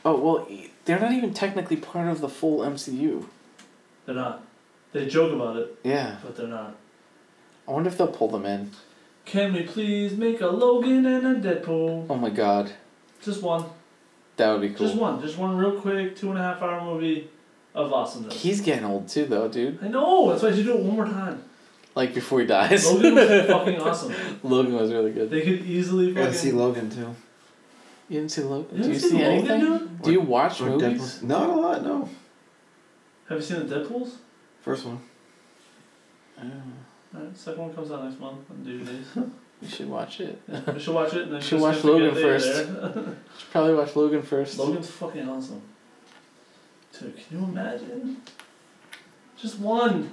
Oh well, e- they're not even technically part of the full MCU. They're not. They joke about it, Yeah, but they're not. I wonder if they'll pull them in. Can we please make a Logan and a Deadpool? Oh my god, Just one. that would be cool. Just one. Just one real quick, two and a half hour movie of awesomeness. He's getting old too, though, dude. I know, that's why you should do it one more time. Like before he dies. Logan was fucking awesome. Logan was really good. They could easily I gotta fucking. see Logan too. You didn't see Logan? Do You haven't you seen see Logan, anything? dude? Do you watch Or movies? Deadpool. Not a lot, no. Have you seen the Deadpools? First one. Alright, second one comes out next month on DVDs. You should watch it. Yeah, we should watch it and then Should just watch have to get Logan the- first. there. You should probably watch Logan first. Logan's fucking awesome. Dude, can you imagine? Just one.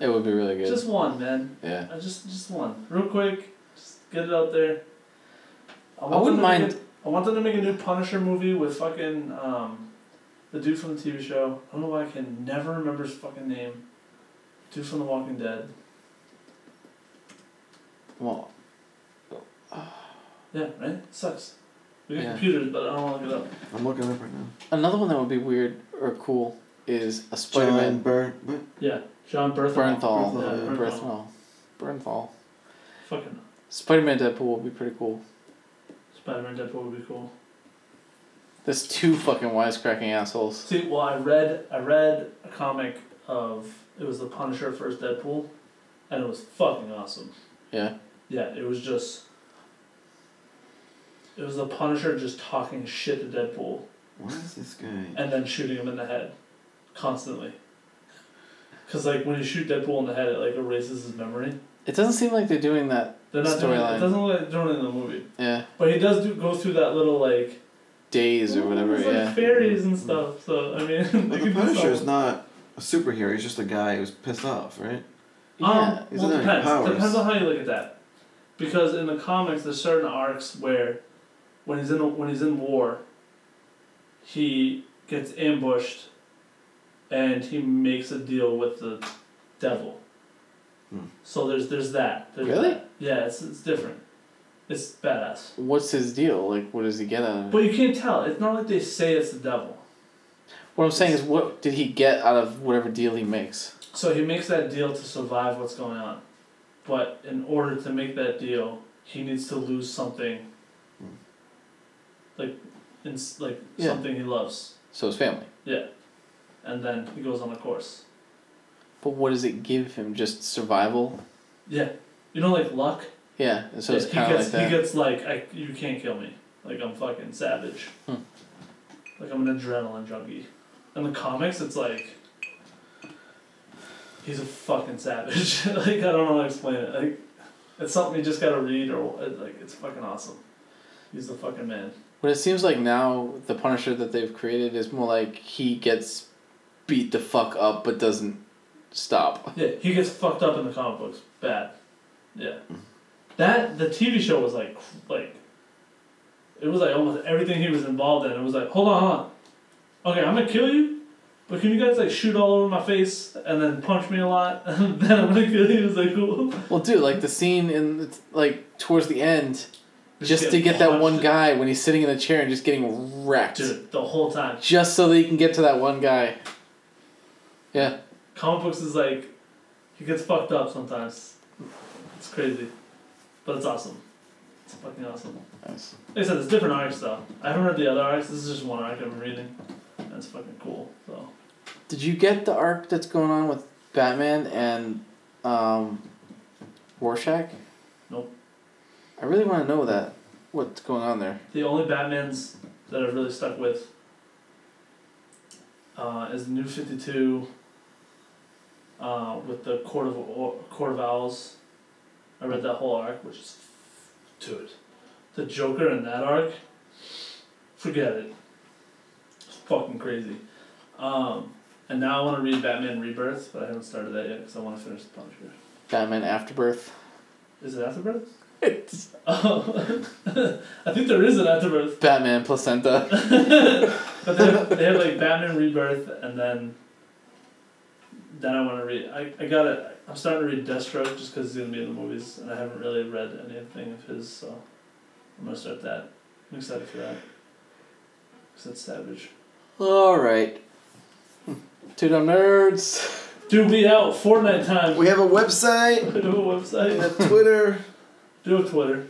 It would be really good. Just one, man. yeah. I just just one. Real quick. Just get it out there. want I wouldn't them to mind- make a- I want them to make a new Punisher movie with fucking um, the dude from the TV show. I don't know why I can never remember his fucking name. Dude from The Walking Dead. Well, Yeah, right? Sucks. We got Yeah. computers, but I don't want to look it up. I'm looking it up right now. another one that would be weird or cool is a Spider John Man Byrne. What? Yeah, John Berthel. Burnthal. Bernthal, yeah, Burnthal. Bernthal. Burnthal. Burnthal. Fucking Spider Man Deadpool would be pretty cool. Spider-Man Deadpool would be cool. There's two fucking wisecracking assholes. See, well, I read I read a comic of it was the Punisher first Deadpool, and it was fucking awesome. Yeah. Yeah, it was just. It was the Punisher just talking shit to Deadpool What is this guy? and then shooting him in the head, constantly. Cause like when you shoot Deadpool in the head, it like erases his memory. It doesn't seem like they're doing that. eh, They're not doing it. Storyline. It doesn't look like they're doing it in the movie, Yeah. but he does do go through that little like Days or whatever. It's like Yeah. fairies and stuff. So I mean, they Well, could the do Punisher is something. not a superhero. He's just a guy who's pissed off, right? Yeah. Um, He's well, not depends. powers. Depends on how you look at that, because in the comics, there's certain arcs where, when he's in a, when he's in war, he gets ambushed, and he makes a deal with the devil. Hmm. So there's there's that. There's Really? that. Yeah, it's it's different. It's badass. What's his deal? Like, what does he get out of it? But you can't tell. It's not like they say it's the devil. What I'm saying is, what did he get out of whatever deal he makes? So he makes that deal to survive what's going on. But in order to make that deal, he needs to lose something. Hmm. Like, in, s- like Yeah. something he loves. So his family. And then he goes on a course. But what does it give him? Just survival? Yeah. You know, like luck? Yeah. and So Yeah, it's he kind of gets, like that. He gets like, I, you can't kill me. Like, I'm fucking savage. Hmm. Like, I'm an adrenaline junkie. In the comics, it's like. He's a fucking savage. like, I don't know how to explain it. Like, it's something you just gotta read, or, it- like, it's fucking awesome. He's the fucking man. but it seems like now the Punisher that they've created is more like he gets beat the fuck up but doesn't stop. Yeah, he gets fucked up in the comic books. Bad. Yeah. That, the TV show was like, cr- like. It was like almost everything he was involved in. It was like, hold on, hold on. Okay, I'm gonna kill you, but can you guys like shoot all over my face and then punch me a lot and then I'm gonna kill you? It was like cool. Well, dude, like the scene in like towards the end, just to get that punched. one guy when he's sitting in a chair and just getting wrecked, Dude, the whole time. just so that he can get to that one guy. Yeah, Comic books is like, he gets fucked up sometimes. It's crazy, but it's awesome. It's fucking awesome. nice. Like I said, there's different arcs though. I haven't read the other arcs. This is just one arc I've been reading. That's fucking cool. So Did you get the arc that's going on with Batman and um, Rorschach? Nope. I really want to know that. What's going on there? the only Batman's that I've really stuck with uh, is New Fifty Two. Uh, with the Court of Or- Court of Owls, I read that whole arc, which is, dude, the Joker in that arc, forget it. It's fucking crazy. Um, and now I want to read Batman Rebirth, but I haven't started that yet because I want to finish the Punisher. Batman Afterbirth. Is it Afterbirth? It's Oh, I think there is an Afterbirth. Batman Placenta. But they have, they have like Batman Rebirth, and then then I want to read. I, I got to I'm starting to read Deathstroke just because he's gonna be in the movies, and I haven't really read anything of his, so I'm gonna start that. I'm excited for that. Cause that's savage. All right. Two dumb nerds. Dude, we out Fortnite time. We have a website, do a we website. have Twitter, Do a Twitter.